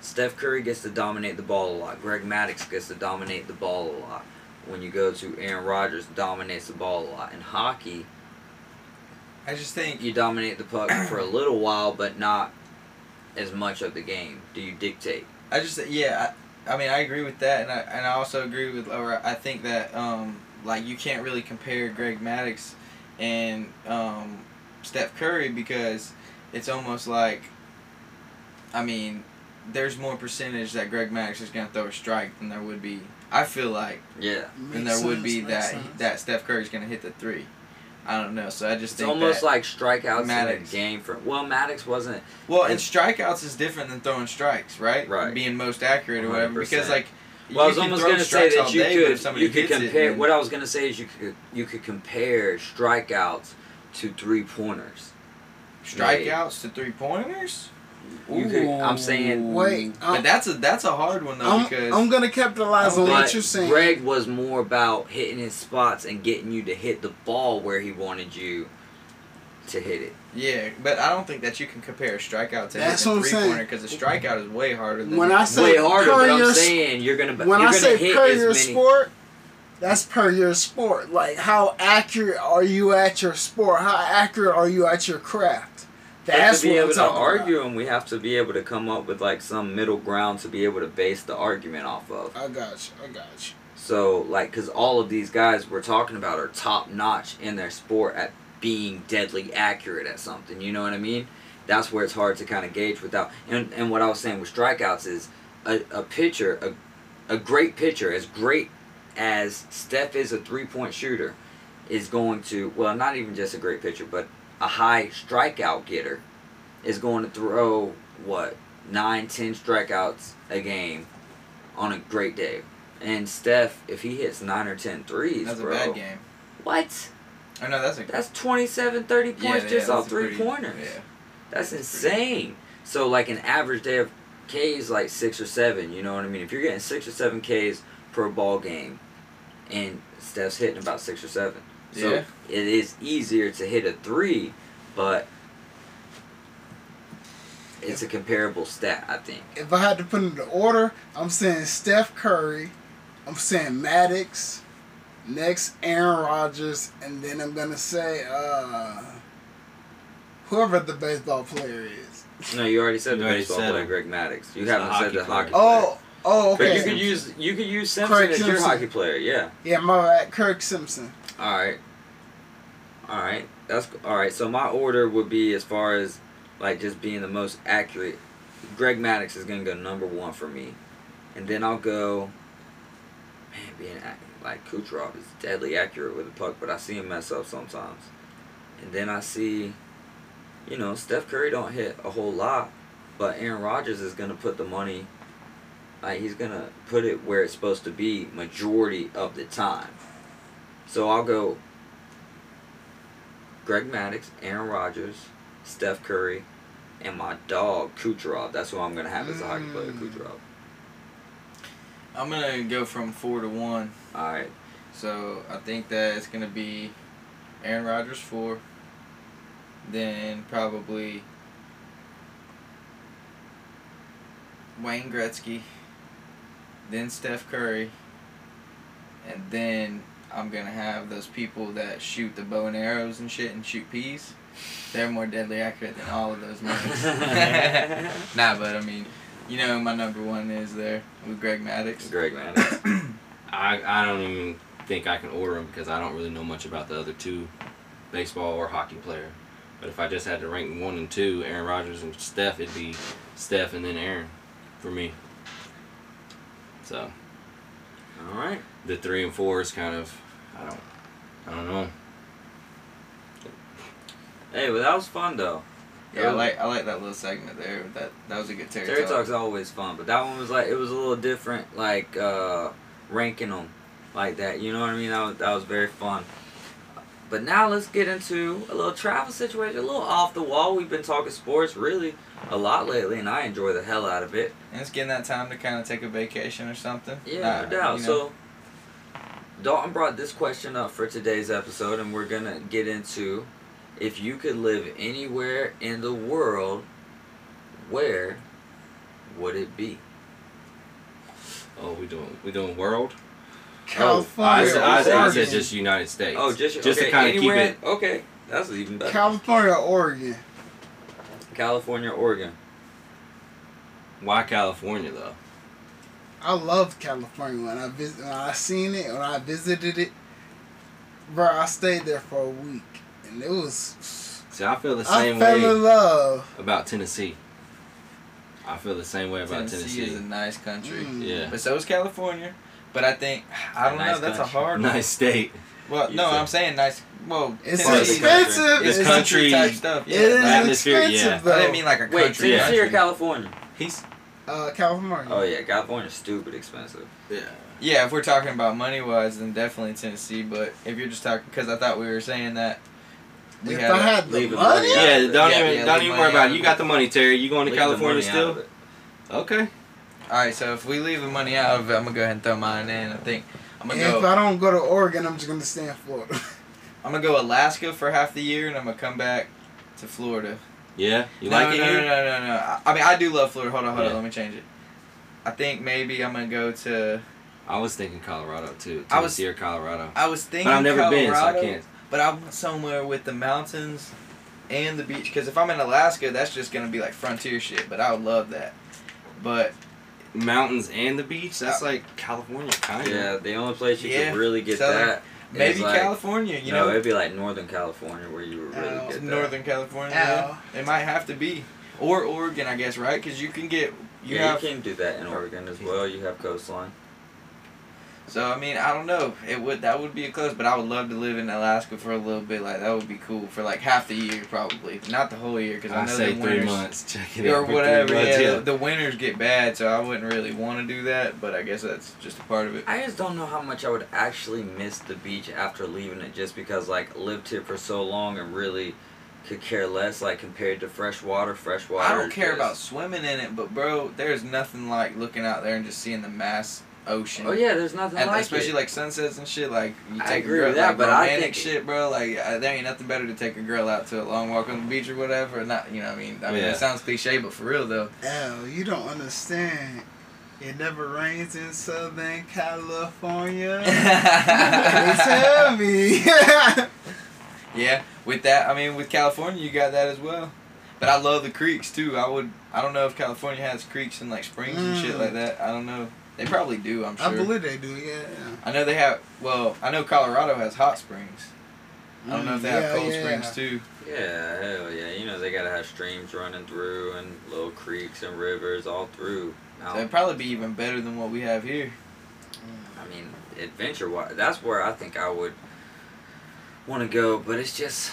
S3: Steph Curry gets to dominate the ball a lot. Greg Maddox gets to dominate the ball a lot. When you go to Aaron Rodgers, dominates the ball a lot. In hockey,
S4: I just think
S3: you dominate the puck for a little while, but not as much of the game. Do you dictate?
S4: I just yeah, I, I mean I agree with that, and I and I also agree with or I think that um like you can't really compare Greg Maddox and um Steph Curry because it's almost like I mean there's more percentage that Greg Maddox is gonna throw a strike than there would be. I feel like
S3: Yeah,
S4: than there would be that that Steph Curry's gonna hit the three. I don't know, so I just
S3: it's
S4: think
S3: almost
S4: that,
S3: like strikeouts in a
S4: Maddox.
S3: game for. Well, Maddox wasn't.
S4: well, and strikeouts is different than throwing strikes, right?
S3: Right.
S4: Being most accurate or whatever, because
S3: 100%.
S4: like.
S3: Well, I
S4: you
S3: was
S4: can
S3: almost
S4: throw
S3: gonna say
S4: strikes
S3: that
S4: all
S3: you
S4: day, but if
S3: could
S4: somebody
S3: you could
S4: hits it,
S3: compare.
S4: then-
S3: what I was gonna say is you could you could compare strikeouts to three pointers.
S4: Strikeouts to three pointers?
S3: You could, I'm saying,
S6: Wait,
S4: but
S6: I'm,
S4: that's a that's a hard one though
S6: I'm,
S4: because
S6: I'm gonna capitalize on
S3: but
S6: what you're saying.
S3: Greg was more about hitting his spots and getting you to hit the ball where he wanted you to hit it.
S4: yeah, but I don't think that you can compare a strikeout to
S6: That's
S4: hitting a
S6: what I'm
S4: three
S6: saying.
S4: pointer because a strikeout is way harder than
S6: When I say
S3: Way harder,
S6: per
S3: but I'm
S6: your s-
S3: saying you're gonna.
S6: when
S3: you're
S6: I
S3: gonna
S6: say
S3: hit
S6: per
S3: as
S6: your
S3: many,
S6: sport, that's per your sport. Like how accurate are you at your sport? How accurate are you at your craft?
S3: But
S6: That's
S3: to be
S6: what I'm
S3: able to
S6: talking
S3: argue, and we have to be able to come up with like some middle ground to be able to base the argument off of.
S6: about. I got you. I got you.
S3: So, like, because all of these guys we're talking about are top notch in their sport at being deadly accurate at something. You know what I mean? That's where it's hard to kind of gauge without. And, and what I was saying with strikeouts is a, a pitcher, a, a great pitcher, as great as Steph is a three point shooter, is going to, well, not even just a great pitcher, but a high strikeout getter is going to throw, what, nine, ten strikeouts a game on a great day. And Steph, if he hits nine or ten threes,
S4: that's
S3: bro,
S4: a bad game.
S3: what?
S4: Oh no, that's a
S3: That's 27, 30 points
S4: yeah, yeah,
S3: just
S4: that's
S3: off
S4: a
S3: three
S4: pretty-
S3: pointers.
S4: Yeah.
S3: That's
S4: That's pretty
S3: insane. So like an average day of K's like six or seven. You know what I mean? If you're getting six or seven K's per ball game, and Steph's hitting about six or seven, so
S4: Yeah.
S3: it is easier to hit a three, but it's a comparable stat, I think.
S6: If I had to put into order, I'm saying Steph Curry, I'm saying Maddox, next Aaron Rodgers, and then I'm gonna say uh, whoever the baseball player is.
S3: No, you already said
S5: You
S3: the
S5: already
S3: baseball
S5: said
S3: player,
S5: him.
S3: Greg Maddox. You
S5: It's
S3: haven't
S5: the
S3: said
S5: hockey
S3: the hockey.
S5: player.
S3: player.
S6: Oh, oh,
S3: But
S6: okay.
S3: you could use you could use Simpson
S6: Craig
S3: as your
S6: Simpson.
S3: hockey player. Yeah.
S6: yeah, my bad, Kirk Simpson.
S5: Oh,
S3: All right. All right. That's all right. So my order would be as far as like just being the most accurate. Greg Maddox is gonna go number one for me, and then I'll go. Man, being ac- like Kucherov is deadly accurate with the puck, but I see him mess up sometimes. And then I see, you know, Steph Curry don't hit a whole lot, but Aaron Rodgers is gonna put the money. Like he's gonna put it where it's supposed to be majority of the time. So I'll go Greg Maddox, Aaron Rodgers, Steph Curry, and my dog Kucherov. That's who I'm gonna have as a hockey player,
S6: Mm.
S3: Kucherov.
S4: I'm gonna go from four to one.
S3: All right.
S4: So I think that it's gonna be Aaron Rodgers four, then probably Wayne Gretzky, then Steph Curry, and then I'm gonna have those people that shoot the bow and arrows and shit and shoot peas. They're more deadly accurate than all of those names. nah, but I mean, you know, who my number one is there with Greg Maddox.
S3: Greg Maddox.
S5: I, I don't even think I can order them because I don't really know much about the other two, baseball or hockey player. But if I just had to rank one and two, Aaron Rodgers and Steph, it'd be Steph and then Aaron, for me. So
S3: All right.
S5: the three and four is kind of I don't I don't know.
S3: Hey, well that was fun though.
S4: Yeah, I like I like that little segment there. That that was a good Terry,
S3: Terry
S4: talk.
S3: Talk's always fun, but that one was like it was a little different, like uh, ranking them like that. You know what I mean? That was, that was very fun. But now let's get into a little travel situation, a little off the wall. We've been talking sports really a lot lately, and I enjoy the hell out of it.
S4: And it's getting that time to kind of take a vacation or something.
S3: Yeah,
S4: Uh,
S3: no doubt.
S4: you know.
S3: So, Dalton brought this question up for today's episode, and we're gonna get into if you could live anywhere in the world, where would it be?
S5: Oh, we doing we doing world.
S6: Oh,
S5: I,
S6: California,
S5: said, I, said, I
S6: Oregon.
S5: said just United States.
S3: Oh, just
S5: just
S3: okay,
S5: to kind of keep
S3: anywhere-
S5: it.
S3: Okay, that's even better.
S6: California, Oregon.
S3: California, Oregon.
S5: Why California though?
S6: I love California when I visit when I seen it when I visited it. Bro, I stayed there for a week and it was
S5: See, I feel the
S6: I
S5: same
S6: fell
S5: way
S6: in love.
S5: about Tennessee. I feel the same way about
S4: Tennessee
S5: Tennessee.
S4: is a nice country,
S6: Mm.
S5: yeah,
S4: but so is California. But I think I
S3: A
S4: don't
S3: nice
S4: know. That's a
S3: country.
S4: hard.
S5: nice state.
S4: Well,
S3: You
S4: no,
S3: said-
S4: I'm saying nice. Well,
S6: It's
S5: Part of the
S4: Tennessee-
S5: country.
S6: expensive.
S5: This
S4: It's
S6: It's-
S5: country-
S4: type stuff. Yeah,
S6: It is
S4: like-
S5: Atmosphere,
S6: expensive
S5: yeah.
S6: though.
S4: I didn't mean like a
S3: Wait,
S4: country.
S3: Tennessee or
S4: country.
S3: California?
S5: He's
S6: uh, California.
S3: Oh yeah, California's stupid expensive.
S5: yeah.
S4: Yeah, if we're talking about money wise, then definitely Tennessee. But if you're just talking, because I thought we were saying that We
S6: if
S4: had
S6: I
S4: a-
S6: had the
S3: leave it
S6: money,
S3: alone.
S5: Yeah,
S3: Yeah,
S5: don't
S4: yeah,
S5: even
S4: leave
S5: don't even
S4: money
S5: worry
S4: out
S5: about
S4: of
S5: it.
S4: it.
S5: You got the money, Terry. You going to California still? Okay.
S4: All right, so if we leave the money out of it, I'm gonna go ahead and throw mine in. I think I'm gonna
S6: and if
S4: go.
S6: I don't go to Oregon, I'm just gonna stay in Florida.
S4: I'm gonna go Alaska for half the year, and I'm gonna come back to Florida.
S5: Yeah. You
S4: no,
S5: like
S4: no,
S5: it
S4: no,
S5: here?
S4: No, no, no, no. I- I mean, I do love Florida. Hold on, hold on.
S5: Yeah.
S4: Let me change it. I think maybe I'm gonna go to.
S5: I was thinking Colorado too.
S4: I was-
S5: Tennessee or Colorado.
S4: I was thinking
S5: But I've never
S4: Colorado,
S5: been, so I can't.
S4: But I want somewhere with the mountains and the beach. Because if I'm in Alaska, that's just gonna be like frontier shit. But I would love that. But
S5: Mountains and the beach. That's like California, kind of.
S3: Yeah, the only place you
S4: Yeah,
S3: could really get
S4: Southern-
S3: that. is,
S4: maybe
S3: like,
S4: California. You
S3: no,
S4: know, Oh,
S3: it'd be like Northern California where you would really
S6: Ow.
S3: get that.
S4: Northern California.
S6: Ow.
S4: yeah. It might have to be or Oregon, I guess, right? Because you can get you
S3: yeah,
S4: have.
S3: you can do that in Oregon as well. You have coastline.
S4: So I mean, I don't know. It would that would be a close, but I would love to live in Alaska for a little bit. Like that would be cool for like half the year, probably not the whole year, because I
S5: I
S4: know
S5: say
S4: the
S5: three
S4: winters
S5: months. Check it
S4: or
S5: out. for three
S4: whatever.
S5: months,
S4: yeah, The, the winters get bad, so I wouldn't really want to do that. But I guess that's just a part of it.
S3: I just don't know how much I would actually miss the beach after leaving it, just because like lived here for so long and really could care less. Like compared to fresh water, fresh water.
S4: I don't
S3: is
S4: care about
S3: just-
S4: swimming in it, but bro, there's nothing like looking out there and just seeing the mass ocean.
S3: Oh yeah, there's nothing
S4: And
S3: like
S4: especially
S3: it.
S4: like sunsets and shit, like you
S3: I
S4: take
S3: agree
S4: a girl,
S3: with that,
S4: like,
S3: but I
S4: romantic
S3: think-
S4: shit, bro. Like uh, there ain't nothing better to take a girl out to a long walk on the beach or whatever. Not you know, what I mean, I mean,
S5: Yeah.
S4: it sounds cliche, but for real though,
S6: Hell, you don't understand. It never rains in Southern California. they tell me.
S4: yeah. With that, I mean, with California, you got that as well. But I love the creeks too. I would, I don't know if California has creeks and like springs and shit
S6: Mm.
S4: like that. I don't know. They probably do. I'm sure.
S6: I believe they do. Yeah.
S4: I know they have. Well, I know Colorado has hot springs. I don't know if they
S6: Yeah,
S4: have cold
S6: Mm, yeah.
S4: springs too.
S3: Yeah, hell yeah. You know they gotta have streams running through and little creeks and rivers all through. Now,
S4: So it'd probably be even better than what we have here.
S3: I mean, adventure wise, that's where I think I would want to go. But it's just,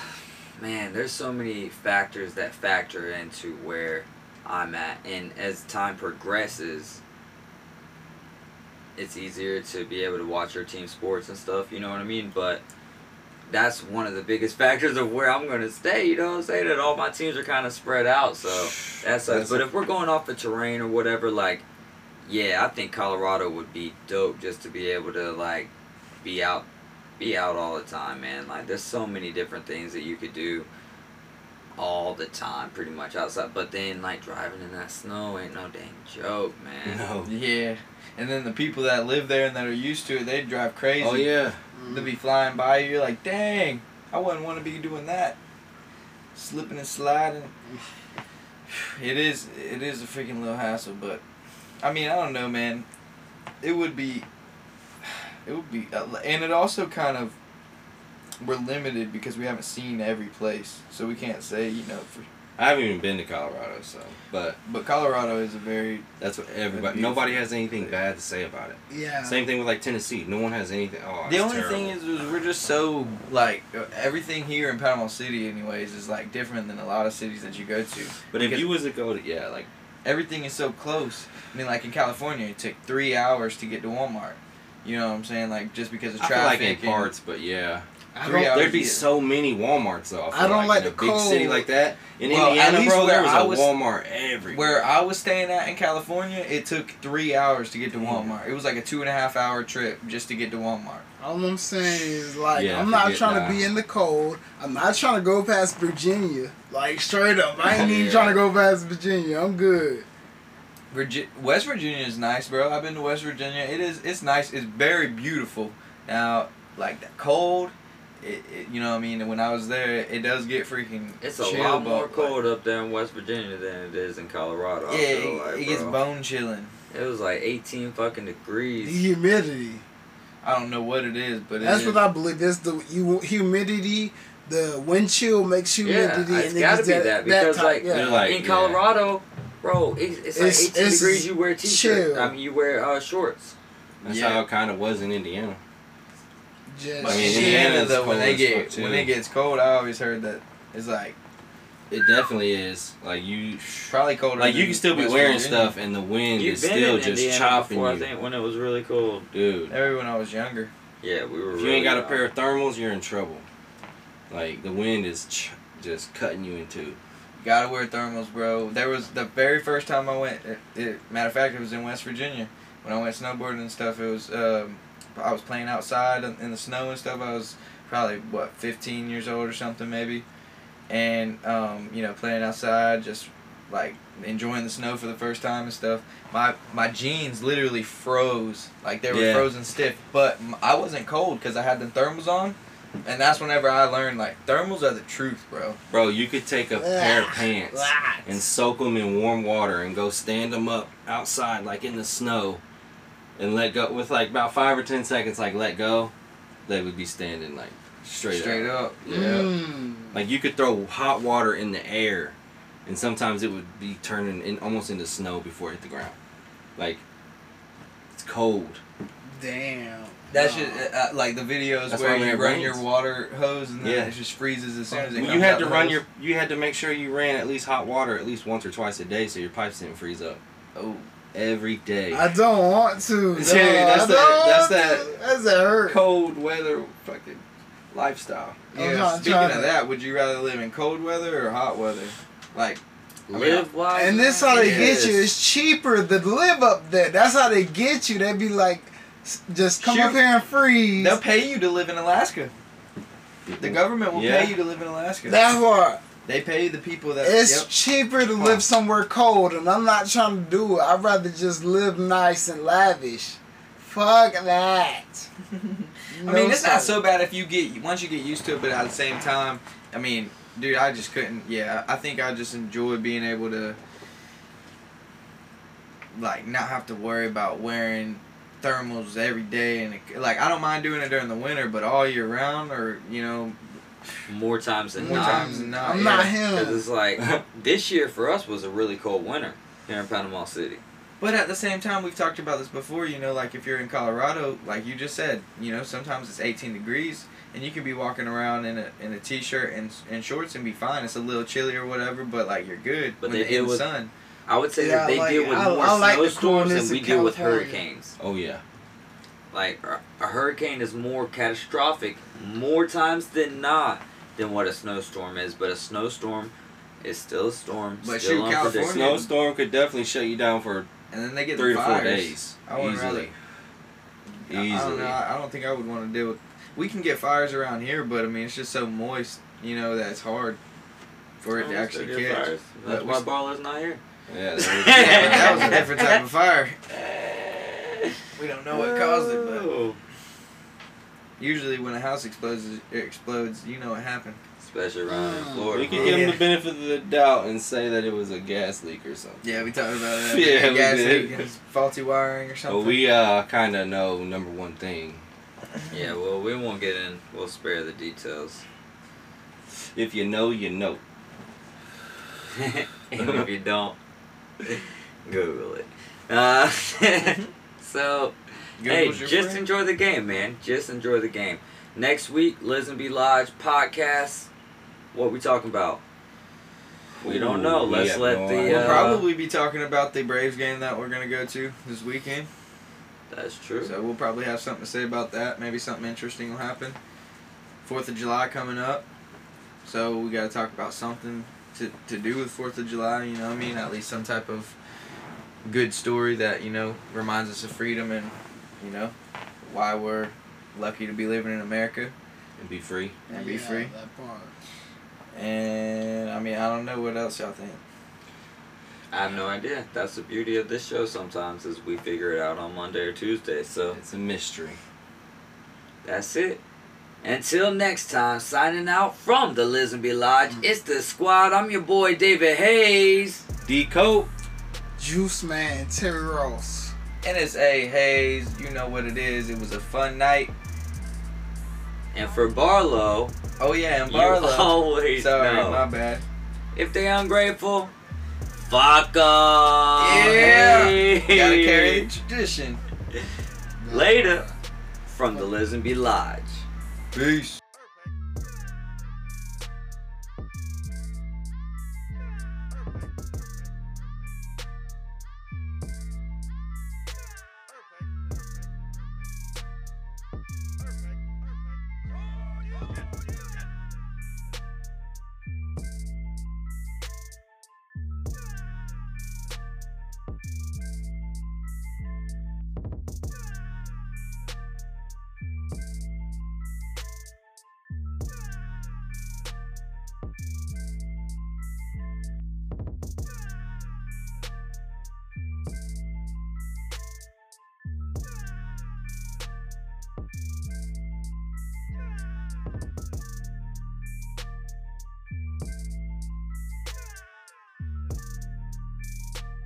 S3: man, there's so many factors that factor into where I'm at, and as time progresses, it's easier to be able to watch your team sports and stuff. You know what I mean? But that's one of the biggest factors of where I'm gonna stay. You know what I'm saying? That all my teams are kind of spread out, so that sucks.
S4: That's-
S3: But if we're going off the terrain or whatever, like. Yeah, I think Colorado would be dope just to be able to like be out be out all the time, man. Like there's so many different things that you could do all the time pretty much outside. But then like driving in that snow ain't no dang joke, man.
S5: No.
S4: Yeah, and then the people that live there and that are used to it, they drive crazy.
S5: Oh yeah.
S4: They
S6: Mm,
S4: be flying by you. You're like, dang, I wouldn't want to be doing that. Slipping and sliding. It is. It is a freaking little hassle, but I mean, I don't know, man. It would be. It would be, uh, and it also kind of. We're limited because we haven't seen every place, so we can't say you know. For,
S5: I haven't even been to Colorado, so but
S4: but Colorado is a very
S5: that's what everybody.
S4: Beautiful.
S5: Nobody has anything bad to say about it.
S6: Yeah.
S5: Same thing with like Tennessee. No one has anything. Oh,
S4: The
S5: it's
S4: only
S5: terrible.
S4: thing is, is we're just so like everything here in Panama City, anyways, is like different than a lot of cities that you go to.
S5: But if
S4: because-
S5: you was to go to yeah, like
S4: Everything is so close. I mean, like in California, it took three hours to get to Walmart. You know what I'm saying? Like just because of
S5: I feel like
S4: traffic.
S5: in
S4: and-
S5: parts, but yeah,
S6: I
S4: Three
S6: don't.
S4: hours.
S5: there'd be
S4: yeah.
S5: so many WalMarts though. I,
S6: I don't like
S5: in a
S6: the
S5: big city
S6: cold.
S5: like that. In
S4: Well, at
S5: Indiana,
S4: least
S5: bro,
S4: where
S5: there was
S4: I
S5: a
S4: was-
S5: Walmart everywhere.
S4: Where I was staying at in California, it took three hours to get to Walmart. It was like a two and a half hour trip just to get to Walmart.
S6: All I'm saying is like
S5: Yeah,
S6: I'm not
S5: forget
S6: trying
S5: that.
S6: to be in the cold. I'm not trying to go past Virginia. Like straight up, I ain't even
S3: Yeah.
S6: trying to go past Virginia. I'm good.
S4: Virgi- West Virginia is nice, bro. I've been to West Virginia. It is. It's nice. It's very beautiful. Now, like the cold, it, it you know what I mean. When I was there, it does get freaking.
S3: It's a
S4: chill,
S3: lot more
S4: but, like,
S3: cold up there in West Virginia than it is in Colorado. I
S4: yeah,
S3: feel
S4: it,
S3: like,
S4: it gets
S3: bro.
S4: bone chilling.
S3: It was like 18 fucking
S6: The
S3: degrees.
S6: humidity.
S4: I don't know what it is, but it
S6: That's
S4: is.
S6: what I believe. It's the you humidity. The wind chill makes
S3: Yeah,
S6: humidity.
S3: it's
S6: and it
S3: gotta
S6: gives
S3: be that because
S6: type-
S3: like,
S6: yeah.
S5: They're like,
S3: in
S5: yeah.
S3: Colorado, bro, it, it's like
S6: It's-
S3: 18
S6: it's
S3: degrees. You wear t-shirt.
S6: chill.
S3: I mean, you wear uh, shorts.
S5: that's
S4: Yeah.
S5: how it kind of was in Indiana.
S6: Just,
S4: But
S5: I mean,
S4: Indiana
S5: Indiana's
S4: though, when
S5: cold
S4: they
S5: as fuck,
S4: get
S5: too.
S4: when it gets cold, I always heard that it's like
S5: It definitely is. Like you,
S4: probably colder.
S5: like you
S4: than
S5: can still be
S4: West
S5: wearing
S4: Virginia.
S5: stuff, and the wind
S3: You've
S5: is
S3: been
S5: still
S3: in
S5: just
S3: Indiana
S5: chopping
S3: before,
S5: you,
S3: I think when it was really cold.
S5: dude.
S4: Maybe when I was younger.
S3: Yeah, we were.
S5: If you
S3: really
S5: ain't got a
S3: hot.
S5: pair of thermals, you're in trouble. Like the wind is ch- just cutting you in two.
S4: Gotta wear thermals, bro. There was the very first time I went. It, it, matter of fact, it was in West Virginia when I went snowboarding and stuff. It was um, I was playing outside in, in the snow and stuff. I was probably what 15 years old or something maybe, and um, you know playing outside, just like enjoying the snow for the first time and stuff. My my jeans literally froze, like they were
S5: Yeah.
S4: frozen stiff. But m- I wasn't cold because I had the thermals on, and that's whenever I learned like thermals are the truth, bro.
S5: Bro, you could take a pair of pants
S6: Ah,
S5: and soak them in warm water and go stand them up outside like in the snow and let go with like about five or ten seconds like let go they would be standing like straight,
S4: Straight
S5: up.
S4: up.
S5: yeah
S6: mm.
S5: like you could throw hot water in the air and sometimes it would be turning in almost into snow before it hit the ground like it's cold
S6: Damn.
S4: That's just uh, uh, like the videos
S5: That's
S4: where
S5: why when
S4: you
S5: it
S4: run
S5: rains.
S4: your water hose and then
S5: Yeah.
S4: it just freezes as soon as it
S5: you
S4: comes
S5: had
S4: out
S5: to
S4: the
S5: run
S4: hose.
S5: your you had to make sure you ran at least hot water at least once or twice a day so your pipes didn't freeze up
S4: Oh,
S5: every day
S6: I don't want to.
S5: Dude,
S6: dog.
S5: that's
S6: I
S5: that-
S6: don't
S5: that's
S6: want to. That's that hurt.
S5: cold weather fucking lifestyle
S6: I'm
S4: yeah.
S6: not
S4: Speaking
S6: trying
S4: of
S6: to-
S4: that, would you rather live in cold weather or hot weather? Like
S3: Live wise.
S6: And this how they
S3: man.
S6: get you.
S3: Yes.
S6: It's cheaper to live up there. That's how they get you. They be like, s- just come
S4: Shoot.
S6: up here and freeze.
S4: they'll pay you to live in Alaska. The government will
S5: Yeah.
S4: pay you to live in Alaska.
S6: That's why
S4: they pay the people that.
S6: it's
S4: yep.
S6: cheaper to live somewhere cold, and I'm not trying to do it. I'd rather just live nice and lavish. Fuck that.
S4: I mean, it's not so bad if you get once you get used to it, but at the same time, I mean, dude, I just couldn't. Yeah, I think I just enjoy being able to like not have to worry about wearing thermals every day and like I don't mind doing it during the winter, but all year round or you know,
S3: more times than
S4: More
S3: not.
S4: times than not,
S6: I'm
S4: yeah.
S6: not
S3: 'Cause
S6: him.
S3: it's like this year for us was a really cold winter here in Panama City.
S4: But at the same time, we've talked about this before. You know, like if you're in Colorado, like you just said, you know, sometimes it's 18 degrees, and you can be walking around in a in a t-shirt and and shorts and be fine. It's a little chilly or whatever, but like you're good.
S3: But
S4: when you're
S3: they deal
S4: in the
S3: with-
S4: sun.
S3: I would say
S6: Yeah,
S3: that they
S6: like,
S3: deal with
S6: I-
S3: more
S6: I like the
S3: snowstorms
S6: coolness
S3: than we
S6: in
S3: deal with
S6: California.
S3: hurricanes.
S5: oh yeah
S3: Like a a hurricane is more catastrophic more times than not than what a snowstorm is, but a snowstorm is still a storm.
S4: But
S3: still
S4: shoot,
S3: unpredictable.
S4: California-
S5: snowstorm could definitely shut you down for
S4: And then they get
S5: three
S4: the
S5: to four
S4: fires.
S5: days.
S4: I wouldn't
S5: easily.
S4: I- I don't
S5: Easily.
S4: know. I I don't think I would want to deal with. We can get fires around here, but I mean, it's just so moist, you know, that it's hard for it to actually
S3: Still get
S4: catch.
S3: fires. That's
S4: But
S3: why
S4: we-
S3: Barlow's not here.
S5: Yeah, that was-
S4: Yeah, but that was a different type of fire. We don't know what caused it, but.
S3: Oh.
S4: Usually, when a house explodes, it explodes, you know what happened.
S3: Especially around in
S6: Mm.
S3: Florida.
S5: we could
S3: bro.
S5: give him the benefit of the doubt and say that it was a gas leak or something.
S4: Yeah, Oh, we talked about that.
S5: Yeah, we
S4: gas
S5: did.
S4: leak and faulty wiring or something.
S5: But we uh, kind of know number one thing.
S3: Yeah, well, we won't get in. We'll spare the details.
S5: If you know, you know.
S3: and if you don't, Google it. Uh, so, hey,
S4: Google's your
S3: just
S4: friend.
S3: enjoy the game, man. Just enjoy the game. Next week, Liz and Be Lodge podcast. What we talking about? We don't know.
S5: Ooh, we
S3: Let's
S5: have
S3: let
S5: no
S3: the,
S5: idea.
S4: We'll
S3: uh,
S4: probably be talking about the Braves game that we're gonna go to this weekend.
S3: That's true.
S4: So we'll probably have something to say about that. Maybe something interesting will happen. Fourth of July coming up, so we gotta talk about something to to do with Fourth of July. You know, what I mean, at least some type of good story that you know reminds us of freedom and you know why we're lucky to be living in America.
S5: And be free.
S4: and be
S6: Yeah,
S4: free.
S6: that part.
S4: And I mean, I don't know what else y'all think.
S3: I have no idea. That's the beauty of this show sometimes is we figure it out on Monday or Tuesday. So
S5: It's a mystery.
S3: that's it. Until next time, signing out from the Liz and Be Lodge. It's the squad. I'm your boy David Hayes.
S5: Decode.
S6: Juice Man, Terry Ross.
S4: NSA Hayes, you know what it is. It was a fun night.
S3: And for Barlow,
S4: Oh yeah, and
S3: you
S4: Barlow.
S3: always
S4: Sorry,
S3: know.
S4: my bad.
S3: If they ungrateful, fuck 'em.
S4: Yeah.
S3: Hey.
S4: Gotta carry the tradition.
S3: Later from the Liz and Be Lodge.
S4: Peace.
S1: Perfect. Perfect. Perfect. Perfect. Perfect. Oh, you can. You can. Perfect. Perfect. Perfect. Perfect. Perfect. Perfect.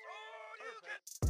S1: Perfect. Perfect. Perfect. Perfect. Oh, you can.